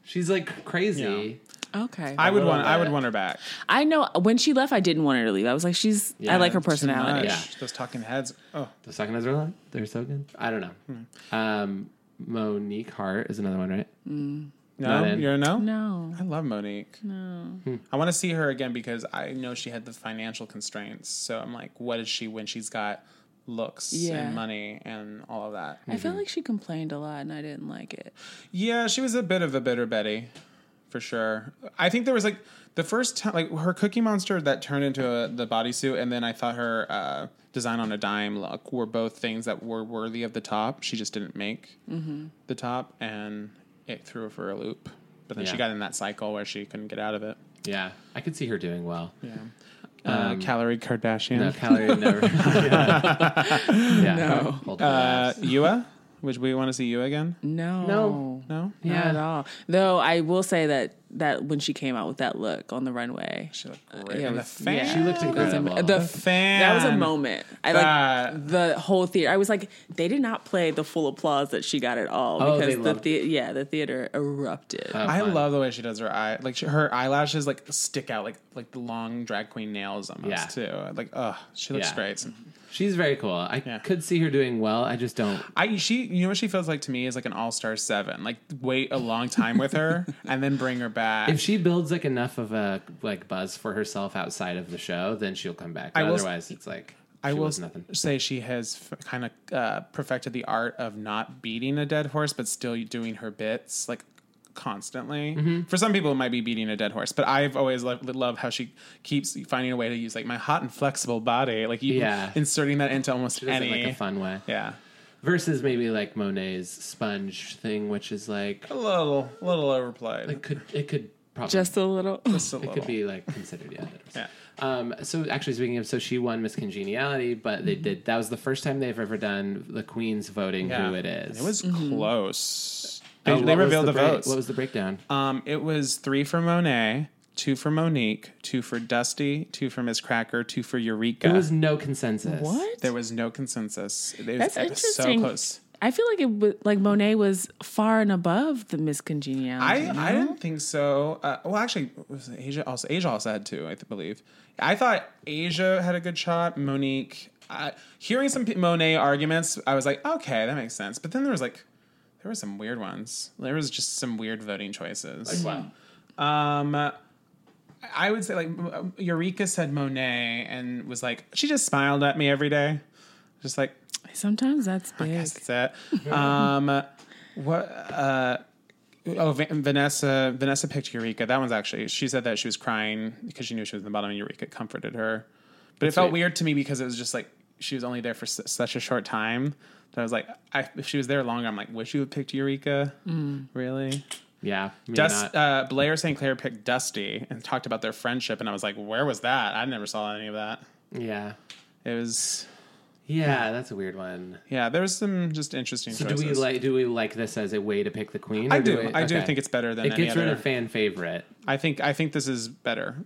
She's like crazy.
Okay.
I
I,
would
little
want. I would
bit.
want her back.
know when she left, I didn't want her to leave. I was like, she's. I like her
It's too
personality.
much. Those talking heads. Oh,
The second is really they're so good. I don't know.
Hmm.
Um, Monique Hart is another one, right?
no,
Not in. Hmm.
you're a no.
No.
I love Monique. No. I want to see her again because I know she had the financial constraints. So I'm like, what is she when she's got looks
Yeah.
and money and all of that?
I
Mm-hmm.
felt like she complained a lot, and I didn't like it.
Yeah, she was a bit of a bitter Betty, for sure. I think there was like the first time, like her Cookie Monster that turned into a, the bodysuit, and then I thought her uh, design on a dime look were both things that were worthy of the top. She just didn't make
Mm-hmm.
the top, and it threw her for a loop. But then she
Yeah.
got in that cycle where she couldn't get out of it.
Yeah, I could see her doing well.
Um,
Uh, Calorie Kardashian.
No calorie never. yeah. No.
Uh, Yua? Would we want to see you again?
No.
No.
No?
Not at all. Though I will say that that when she came out with that look on the runway,
She looked
uh,
great.
yeah, it
and the
was-
fan.
yeah.
She looked
That was a-
incredible.
the
The fan.
that was a moment. I like
That-
the whole theater. I was like, they did not play the full applause that she got at all
Oh, they
because the
loved Uh,
the yeah the theater erupted.
I
fun.
love the way she does her eye. Like she, her eyelashes, like stick out, like like the long drag queen nails almost too. Like, ugh, she looks
Yeah.
great.
She's very cool. I
Yeah.
could see her doing well. I just don't.
I she, you know what she feels like to me is like an all star seven. Like wait a long time with her and then bring her back.
If she builds like enough of a like buzz for herself outside of the show, then she'll come back.
I will s-
Otherwise, it's like
I
she
will
was
s-
nothing.
say she has f- kind of uh, perfected the art of not beating a dead horse, but still doing her bits like constantly.
Mm-hmm.
For some people, it might be beating a dead horse, but I've always loved love how she keeps finding a way to use like my hot and flexible body, like you
Yeah.
inserting that into almost
Does it
any.
like a fun way
yeah,
versus maybe like Monet's sponge thing, which is like
a little, a little overplayed.
it could it could probably
Just a little.
Just a
it
little.
could be like considered yeah. that was-
Yeah.
Um, so actually speaking of, so she won Miss Congeniality, but
Mm-hmm.
they did that was the first time they've ever done the Queen's voting
Yeah.
who it is.
It was close. They,
Oh,
they
what was
revealed the,
break-
votes.
What was the breakdown?
Um, it was three for Monet, two for Monique, two for Dusty, two for Miss Cracker, two for Eureka.
There was no consensus.
What?
there was no consensus. It was,
That's
it was so
interesting.
close.
I I feel like it wa- like Monet was far and above the miscongeniality.
I, I didn't think so. Uh, well, actually, was it Asia also Asia also had two, I th- believe. I thought Asia had a good shot. Monique, uh, hearing some P- Monet arguments, I was like, okay, that makes sense. But then there was like, there were some weird ones. There was just some weird voting choices.
Wow.
Um, I would say like M- uh, Eureka said Monet and was like, she just smiled at me every day, just like
Sometimes that's big.
Yes, that's it. Um, what? Uh, oh, Va- Vanessa. Vanessa picked Eureka. That one's actually. She said that she was crying because she knew she was in the bottom, and Eureka comforted her. But it felt
sweet.
weird to me because it was just like she was only there for s- such a short time. That I was like, I, if she was there longer, I'm like, wish you would picked Eureka. Really?
Yeah. me
Dust,
Mm. not.
uh, Blair St. Clair picked Dusty and talked about their friendship, and I was like, where was that? I never saw any of that.
yeah.
It was,
Yeah, that's a weird one.
yeah, there was some just interesting
So
choices.
do we like do we like this as a way to pick the queen?
I
or
do.
we-
I do
okay.
think it's better than
it
any
gets
other.
rid of fan favorite.
I think I think this is better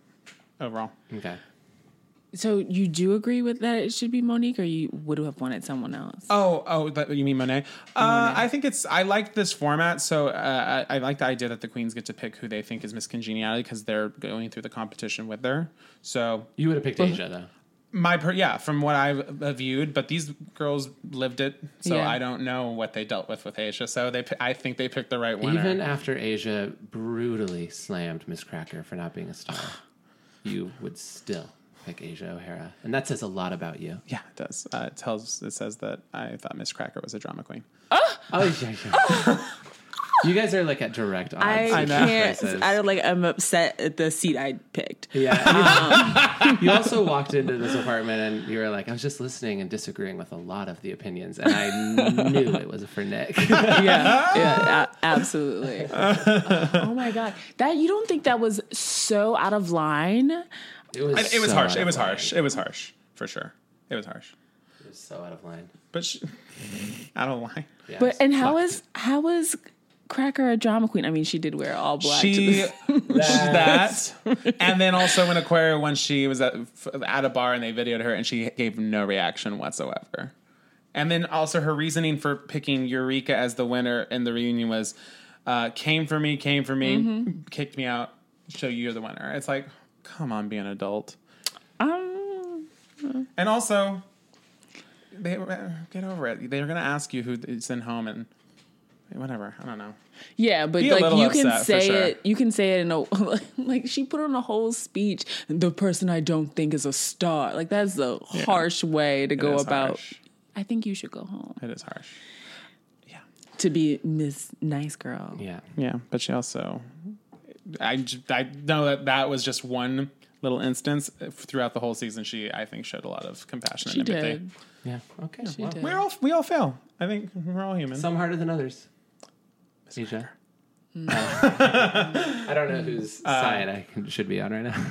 overall.
Okay.
So you do agree with that it should be Monique, or you would have wanted someone else?
Oh, oh, but you mean Monet? Uh, I think it's. I like this format, so uh, I, I like the idea that the queens get to pick who they think is Miss Congeniality because they're going through the competition with her. So
You would have picked Asia though.
my per- yeah, from what I've uh, viewed, but these girls lived it, so
Yeah.
I don't know what they dealt with with Asia. So they, pi- I think they picked the right winner.
Even after Asia brutally slammed Miss Cracker for not being a star, you would still pick Asia O'Hara, and that says a lot about you.
yeah, it does. Uh, it tells it says that I thought Miss Cracker was a drama queen.
Oh yeah, yeah. you guys are like at direct odds.
I,
with each
can't.
other's.
I don't like. I'm upset at the seat I picked.
Yeah. you also walked into this apartment and you were like, I was just listening and disagreeing with a lot of the opinions, and I knew it was for Nick.
yeah, yeah, a- absolutely. oh my god, that you don't think that was so out of line?
It was,
It, it was
so
harsh.
out
It
of
was
line.
harsh. It was harsh for sure. It was harsh.
It was so out of line.
But she, I don't lie.
Yeah,
But and how
fucked.
is how is Cracker a drama queen? I mean, she did wear all black. to
she
the-
that and then also in aquaria when she was at, at a bar and they videoed her and she gave no reaction whatsoever and then also her reasoning for picking eureka as the winner in the reunion was uh, came for me came for me
Mm-hmm.
kicked me out so you're the winner it's like come on be an adult
um,
and also they were- get over it they're gonna ask you who is in home and whatever i don't know
yeah, but
Be a
like
little
you can
upset, for
say
sure.
it, you can say it in a like she put on a whole speech. The person I don't think is a star. Like that's a harsh way to
It
go
is
about.
harsh.
I think you should go home
it is harsh
to be Miss Nice Girl.
Yeah.
Yeah, but she also, I, j- I know that that was just one little instance throughout the whole season. She, I think, showed a lot of compassion
She
and empathy.
did.
Yeah. Okay.
She
well.
did.
We're all we all fail. I think we're all human.
Some harder than others. Asia. I don't know whose side I can, should be on right now.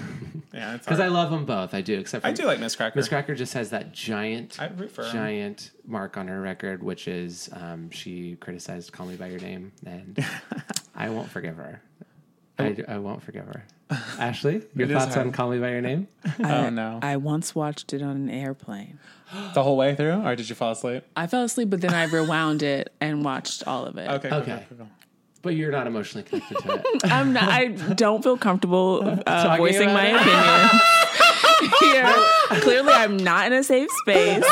yeah, it's
Because Uh, I
hard.
love them both. I do, except for
I, do like Miss Cracker.
Miss Cracker just has that giant,
I root for her.
giant mark on her record, which is um, she criticized "Call Me by Your Name," and I won't forgive her. I, I won't forgive her. Ashley, your
is
thoughts on
hard.
"Call Me by Your Name"?
oh no,
I once watched it on an airplane.
the whole way through, or did you fall asleep?
I fell asleep, but then I rewound it and watched all of it.
Okay, cool,
Okay.
cool, cool, cool.
But you're not emotionally connected to it.
I'm not, I don't feel comfortable uh,
Talking
voicing
about
my opinion here. Clearly, I'm not in a safe space.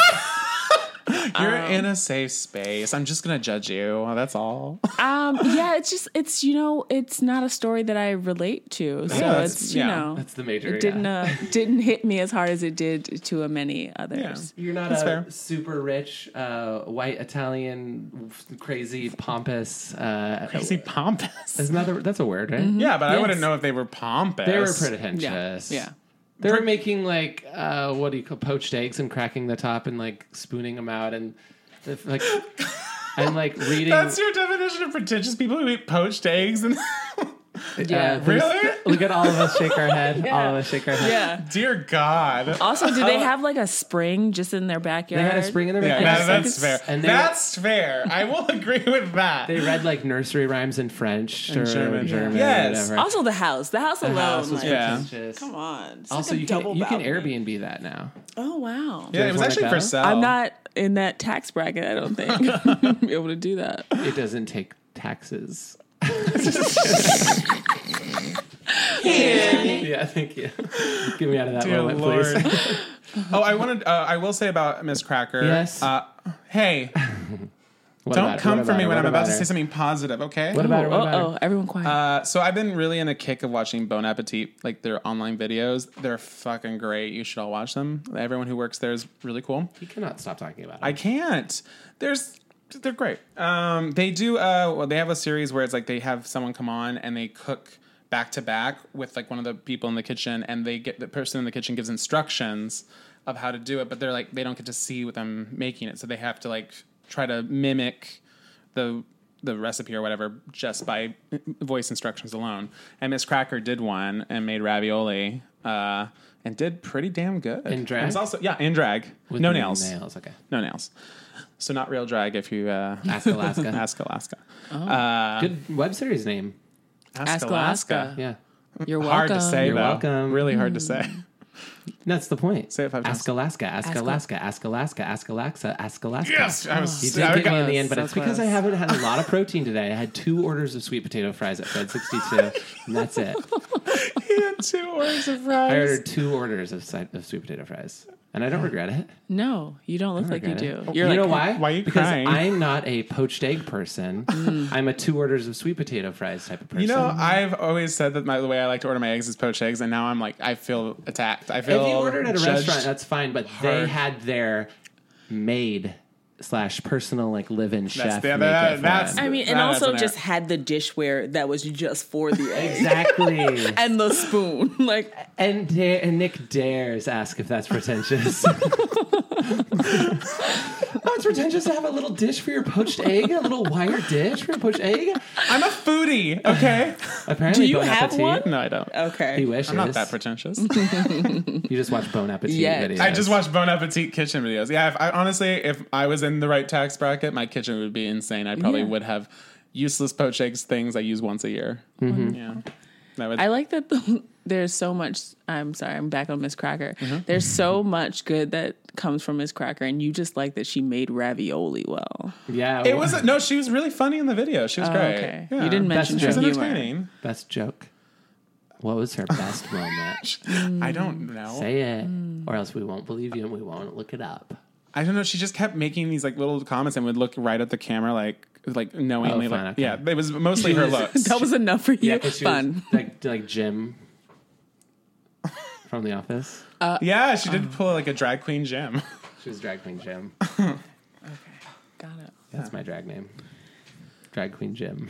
You're in a safe space. I'm just gonna judge you. That's all.
Um, yeah, it's just it's you know it's not a story that I relate to, so
that's-
it's you
yeah,
know
That's the major.
it didn't
yeah.
uh, didn't hit me as hard as it did to uh, many others.
You're not
That's
a
fair.
super rich, uh, white Italian, crazy, pompous. Uh,
Crazy pompous.
Isn't that a, that's a word, right?
Yeah, but I
Yes.
wouldn't know if they were pompous.
They were pretentious.
Mm-hmm. Yeah, yeah.
They were making like uh, what do you call poached eggs and cracking the top and like spooning them out and if, like and like reading.
That's your definition of pretentious people who eat poached eggs and.
yeah,
Yeah.
there's-
Really?
uh, Look at all of us shake our head. All of us shake our head.
Yeah.
Dear God.
Also, do they have like a spring just in their backyard?
They had a spring in their
Yeah,
backyard.
that-
just
that's
think
fair.
it's-
and they-
that's fair. I will agree with that.
They read like nursery rhymes in French
German.
or German, German
Yes.
or whatever.
Also, the house. The house alone.
The house was
like,
Yeah.
pretentious.
Come on. It's
Also,
like a
you can
double
you can
balcony.
Airbnb that now.
Oh wow.
Yeah, it was
wanna
actually
go?
for sale.
I'm not in that tax bracket. I don't think be able to do that.
It doesn't take taxes. yeah, thank you. Get me out of that
Dear
moment,
Lord.
please.
oh, I wanted. Uh, I will say about Miss Cracker.
Yes.
Uh, hey,
What
don't
about her?
come
What
for me
her?
when I'm
What
about to
her?
say something positive. Okay.
What about her? What about
Oh,
her?
oh, everyone quiet.
Um,
Uh, so I've been really in a kick of watching Bon Appetit, like their online videos. They're fucking great. You should all watch them. Everyone who works there is really cool.
You cannot stop talking about it.
I can't. There's they're great. Um, they do uh well they have a series where it's like they have someone come on and they cook back to back with like one of the people in the kitchen and they get the person in the kitchen gives instructions of how to do it, but they're like they don't get to see what them making it, so they have to like try to mimic the the recipe or whatever just by voice instructions alone. And Miss Cracker did one and made ravioli uh, and did pretty damn good.
In drag?
And it's also yeah, in drag.
With
no
the
nails.
Nails. Okay.
No nails. So not real drag if you uh,
Ask Alaska.
ask Alaska.
Good web series name.
Ask Alaska.
Yeah.
You're welcome.
Hard to say
You're
though.
welcome.
Really hard to say.
That's the point.
Say it five
Ask
times.
Alaska. Ask,
Ask-
Alaska. Ask Alaska. Ask Alaska. Ask Alaska.
I
You
was.
did get me in
close,
the end, but
so
it's because I
close.
haven't had a lot of protein today. I had two orders of sweet potato fries at Fed 62, and that's it.
he had two orders of
I
fries.
ordered two orders of, si- of sweet potato fries, and I don't regret it.
No, you don't look like you
regret
do.
it.
You're
you
like,
know why?
Why are you
because
crying? Mm.
I'm not a poached egg person. I'm a two orders of sweet potato fries type of person.
You know, I've always said that my, the way I like to order my eggs is poached eggs, and now I'm like, I feel attacked. I feel
if you ordered at a
judged.
restaurant, that's fine, but
hard.
they had their maid slash personal like live-in chef.
the-
make
that-
it for
that's
them.
I mean, and
Nah, that's
also
an
just
error.
had the dishware that was just for the eggs
exactly.
and the spoon. Like
And, da- and Nick dares ask if that's pretentious. oh, it's pretentious to have a little dish for your poached egg, a little wire dish for your poached egg.
I'm a foodie. Okay.
Apparently,
Do you
Bon
have
Appetit-
one?
no, I don't.
okay,
He wishes.
I'm not that pretentious.
You just watch Bon Appetit
Yeah.
videos.
I just watch Bon Appetit kitchen videos. Yeah, if I, honestly, if I was in the right tax bracket, my kitchen would be insane. I probably
Yeah.
would have useless poached eggs things I use once a year. Yeah. That would,
I like that the, there's so much. I'm sorry, I'm back on Miss Cracker.
Mm-hmm.
There's so much good that comes from Miss Cracker, and you just like that she made ravioli well.
Yeah,
it was no. She was really funny in the video. She was great.
Oh, okay.
Yeah.
You didn't
That's
mention
true.
her
She was
She's
humor.
entertaining.
best joke. What was her best moment?
Mm.
I don't know.
Say it, or else we won't believe you and we won't look it up.
I don't know. She just kept making these like little comments and would look right at the camera, like like knowingly.
Oh, fine,
like,
okay.
Yeah, it was mostly her
was-
looks.
That was enough for you.
'cause she
Fun.
was like like Jim from The Office.
yeah, she
Um.
did pull like a drag queen gem.
She was drag queen Jim.
Got it.
That's my drag name. Drag Queen Jim.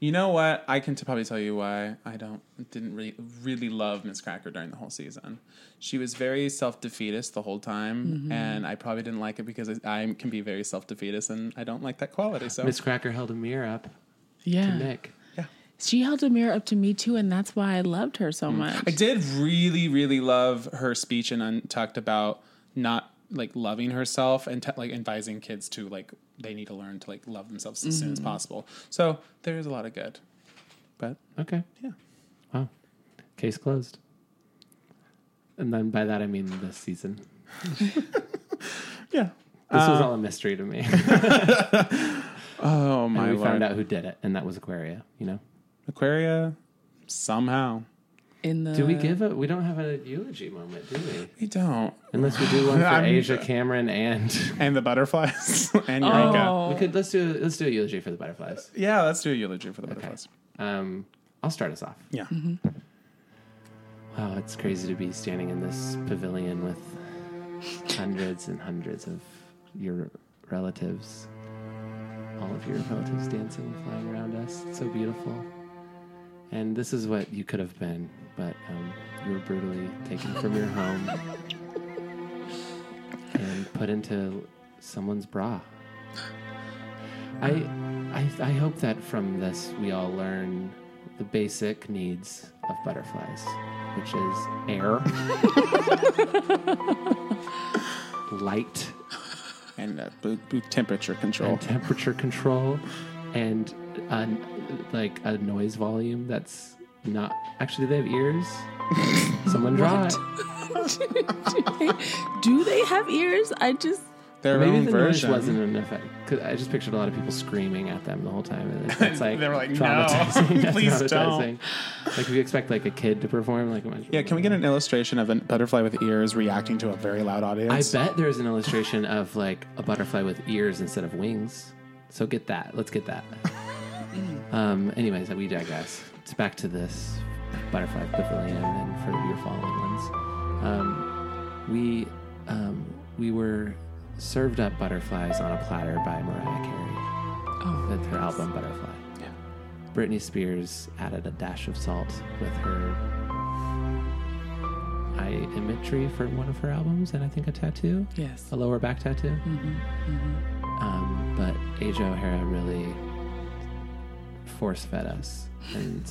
You know what? I can t- probably tell you why I don't didn't really really love Miss Cracker during the whole season. She was very self defeatist the whole time,
Mm-hmm.
and I probably didn't like it because I, I can be very self defeatist, and I don't like that quality. So
Miss Cracker held a mirror up
Yeah.
to Nick.
She held a mirror up to me too, and that's why I loved her so much.
Mm. I did really really love her speech in Untucked about not like loving herself and te- like advising kids to like they need to learn to like love themselves as soon as
Mm-hmm.
possible. So there is a lot of good, but
Okay.
Yeah.
Wow. Case closed. And then by that I mean this season.
yeah.
This was
Uh,
all a mystery to me.
Oh my
we
lord,
found out who did it, and that was Aquaria. You know.
Aquaria somehow.
In the
Do
Uh,
we give a? We don't have a eulogy moment, do we?
We don't.
Unless we do one for
I'm-
Asia Cameron and.
And the butterflies and Eureka.
Oh,
We could let's do let's do a eulogy for the butterflies.
Yeah, let's do a eulogy for the butterflies.
Um, I'll start us off.
Yeah.
Wow, it's crazy to be standing in this pavilion with hundreds and hundreds of your relatives. All of your relatives dancing, flying around us. It's so beautiful. And this is what you could have been, but um, you were brutally taken from your home and put into someone's bra. I, I, I hope that from this we all learn the basic needs of butterflies, which is air, light,
And uh, bo- bo- temperature control.
and temperature control, and a, like a noise volume that's not actually do they have ears. Someone draw it.
Do they have ears? I just
Their
Maybe
own
the
version.
noise wasn't enough. Because I just pictured a lot of people screaming at them the whole time, and it's- it's like
They were like, "No,
traumatizing. That's
please don't."
traumatizing. Like if you expect like a kid to perform, like
Yeah, can we get an illustration of a butterfly with ears reacting to a very loud
I
audience?
bet there's an illustration of like a butterfly with ears instead of wings. So get that. Let's get that. um. Anyways, we digress. It's back to this butterfly pavilion and for your following ones. Um, we um, we were served up butterflies on a platter by Mariah Carey
oh,
with her album Butterfly.
Yeah.
Britney Spears added a dash of salt with her eye imagery for one of her albums, and I think a tattoo
yes.
a lower back tattoo. Um, but Aja O'Hara really force fed us and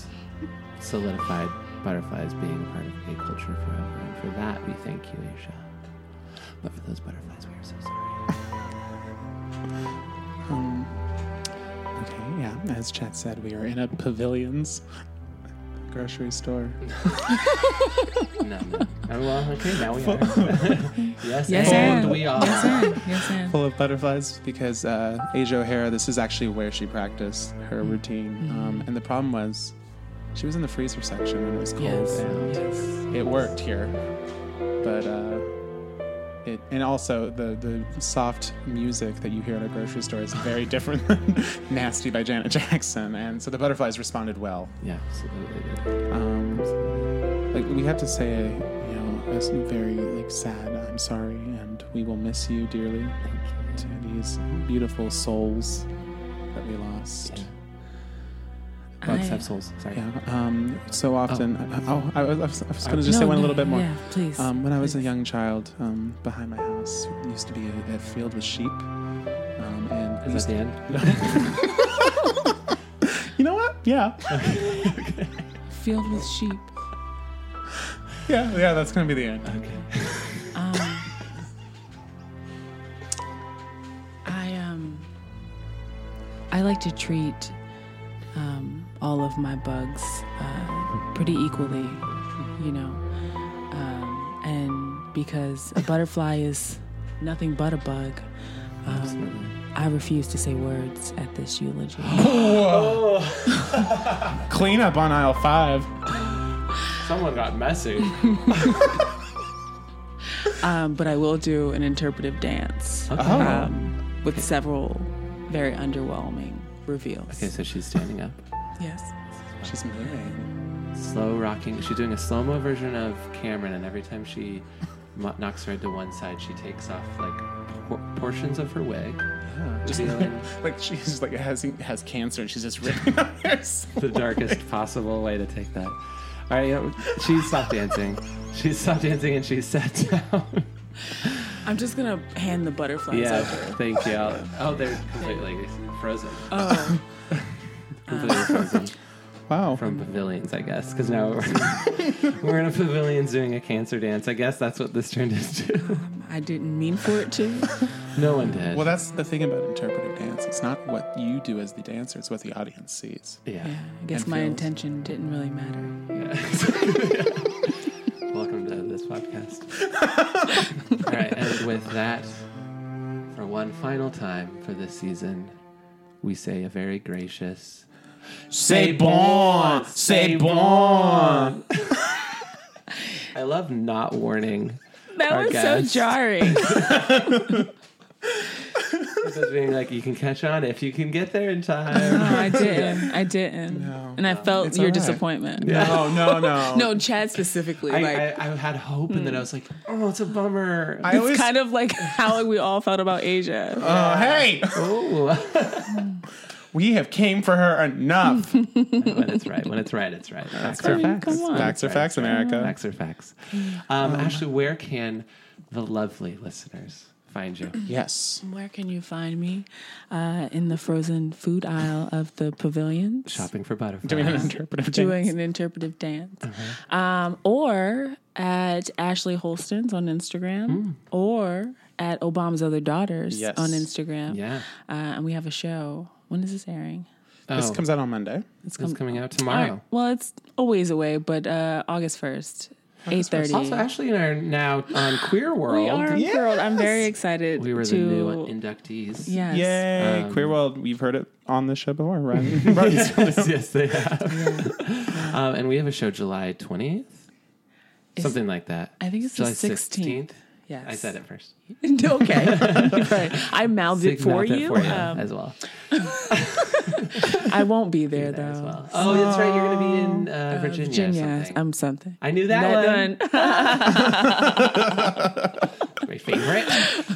solidified butterflies being a part of gay culture forever. And for that, we thank you, Asia. But for those butterflies, we are so sorry.
Okay, yeah. As Chad said, we are in a pavilion's grocery store.
no, no. Oh, well, okay, now we are. yes,
Yes,
and
and.
we are.
Yes, and. Yes, and.
full of butterflies because uh, Asia O'Hara, this is actually where she practiced her routine. Um, and the problem was she was in the freezer section when it was cold.
Yes.
And
Yes.
It worked here. But uh, it, and also the, the soft music that you hear at a grocery store is very different than Nasty by Janet Jackson. And so the butterflies responded well.
Yeah, absolutely.
Um, like we have to say, you know, it's very like sad. I'm sorry, and we will miss you dearly to these beautiful souls that we lost.
uh, Bugs
I-
have souls. Sorry.
Yeah. Um, so often. Oh, I, was, I was- I was going to just say
No,
one a
no,
little bit more.
yeah, please,
Um, when I was a
please.
young child, um, behind my house used to be a, a field with sheep. Um, and
Is that the end?
you know what? Yeah.
Filled with sheep.
yeah. Yeah. That's going to be the end.
I um I like to treat um, all of my bugs uh, pretty equally, you know, um, and because a butterfly is nothing but a bug. Um, I refuse to say words at this eulogy.
Clean up on aisle five.
Someone got messy.
Um, but I will do an interpretive dance
Oh.
um, with several very underwhelming reveals.
okay, so she's standing up.
Yes.
She's moving.
slow rocking. She's doing a slow mo version of Cameron, and every time she mo- knocks her head to one side, she takes off like por- portions of her wig, revealing
Like she's like has has cancer and she's just ripping up her soul.
the darkest possible way to take that. All right, you know, she stopped dancing. She stopped dancing and she sat down.
I'm just going to hand the butterflies
yeah,
over.
thank you. I'll- Oh, they're completely frozen.
Oh.
completely frozen
Wow.
from pavilions, I guess, because now we're, we're in a pavilion doing a cancer dance. I guess that's what this turned into.
I didn't mean for it to.
No one did.
Well, that's the thing about interpretive dance. It's not what you do as the dancer; it's what the audience sees.
Yeah,
yeah.
I guess
And
my
feels.
intention didn't really matter.
Welcome to this podcast. All right, and with that, for one final time for this season, we say a very gracious.
Say bon, say bon.
I love not warning.
That
Our
was
guest.
so jarring.
Because being like, you can catch on if you can get there in time.
I didn't. I didn't. and I felt
It's all
your
right.
disappointment.
No, no, no.
No, Chad specifically.
I,
like
I, I had hope, and then I was like, oh, it's a bummer.
I always.
it's kind of like how we all felt about Asia.
oh, hey,
oh.
we have came for her enough.
when it's right, when it's right, it's right. Facts are
on,
facts.
come on.
Facts are facts, America.
Facts are facts. Um, Ashley, where can the lovely listeners find you?
Yes.
Where can you find me? Uh, in the frozen food aisle of the pavilion.
Shopping for butterflies.
Doing an interpretive
Doing
dance.
an interpretive dance.
Mm-hmm.
Um, or at Ashley Holston's on Instagram.
Mm.
Or at Obama's Other Daughters
Yes.
on Instagram.
Yeah.
Uh, and we have a show. When is this airing?
This
Oh.
comes out on Monday.
It's coming out
All
tomorrow.
right. Well, it's a ways away, but uh, August 1st Eight thirty.
Also, Ashley and I are now on Queer World.
we are on
Yes.
Queer World. I'm very excited.
We were the
to,
new inductees.
Yes.
Yay,
Um,
Queer World. We've heard it on the show before, right? right.
yes, yes, they have. um, and we have a show July 20th,
Is-
something like that.
I think it's the
July
16th. Yes.
I said it first.
okay. right. I mouthed it for
Not that
you.
yeah,
Um,
as well.
I won't be there
That as
though.
well. Oh, that's right. You're going to be in uh, Virginia. or
Virginia,
something.
I'm something.
I knew that, one.
That done.
My favorite.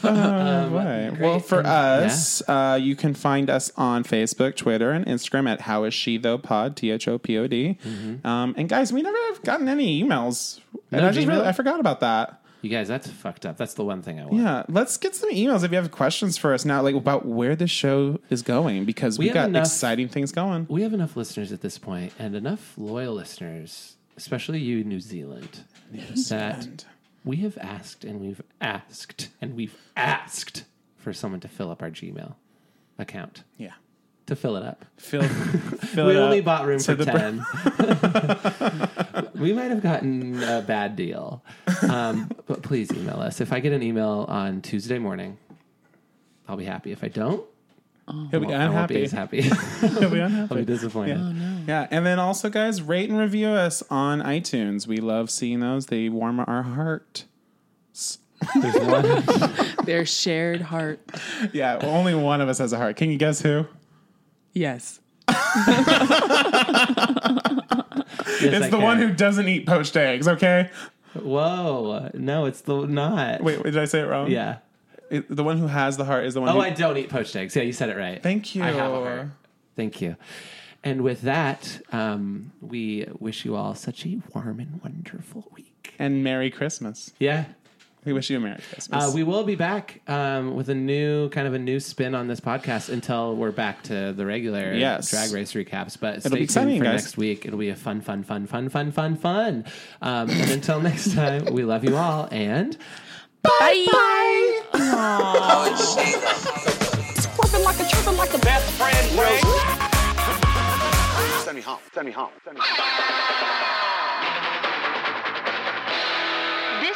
Right. Well, for us, uh, you can find us on Facebook, Twitter, and Instagram at How Is She Though Pod T H O P O D. Um, and guys, we never have gotten any emails, and
No
I just
Gmail?
really, I forgot about that.
You guys, that's fucked up. That's the one thing I want.
Yeah, let's get some emails if you have questions for us now, like about where this show is going, because
We
we have
have
got
enough-
exciting things going.
We have enough listeners at this point and enough loyal listeners, especially you, New Zealand, that we have asked and we've asked and we've asked for someone to fill up our Gmail account
Yeah,
to fill it up.
fill, fill
we
it
only
up
bought room
to
for
the br-
10. we might have gotten a bad deal. Um, but please email us. If I get an email on Tuesday morning, I'll be happy. If I don't,
He'll be
I won't be
unhappy.
as happy.
He'll be
I'll be
unhappy.
disappointed.
Yeah, and then also, guys, rate and review us on iTunes. We love seeing those; they warm our heart.
There's one.
Their shared heart.
Yeah, only one of us has a heart. Can you guess who?
Yes.
Yes,
It's
I
the one
can.
who doesn't eat poached eggs, okay?
Whoa! No, it's the not.
Wait, did I say it wrong?
Yeah.
It- the one who has the heart is the one
Oh,
who.
I don't eat poached eggs. Yeah, you said it right.
Thank you.
I have a heart. Thank you. And with that, um, we wish you all such a warm and wonderful week.
And Merry Christmas.
Yeah.
We wish you a Merry Christmas.
Uh, we will be back um, with a new kind of a new spin on this podcast until we're back to the regular
Yes.
drag race recaps. But stay
be
tuned
exciting,
for
guys.
next week. It'll be a fun, fun, fun, fun, fun, fun, fun. Um, and until next time, we love you all and.
Bye.
Best friend rate.
Send me home. Send me home. Send me home.
This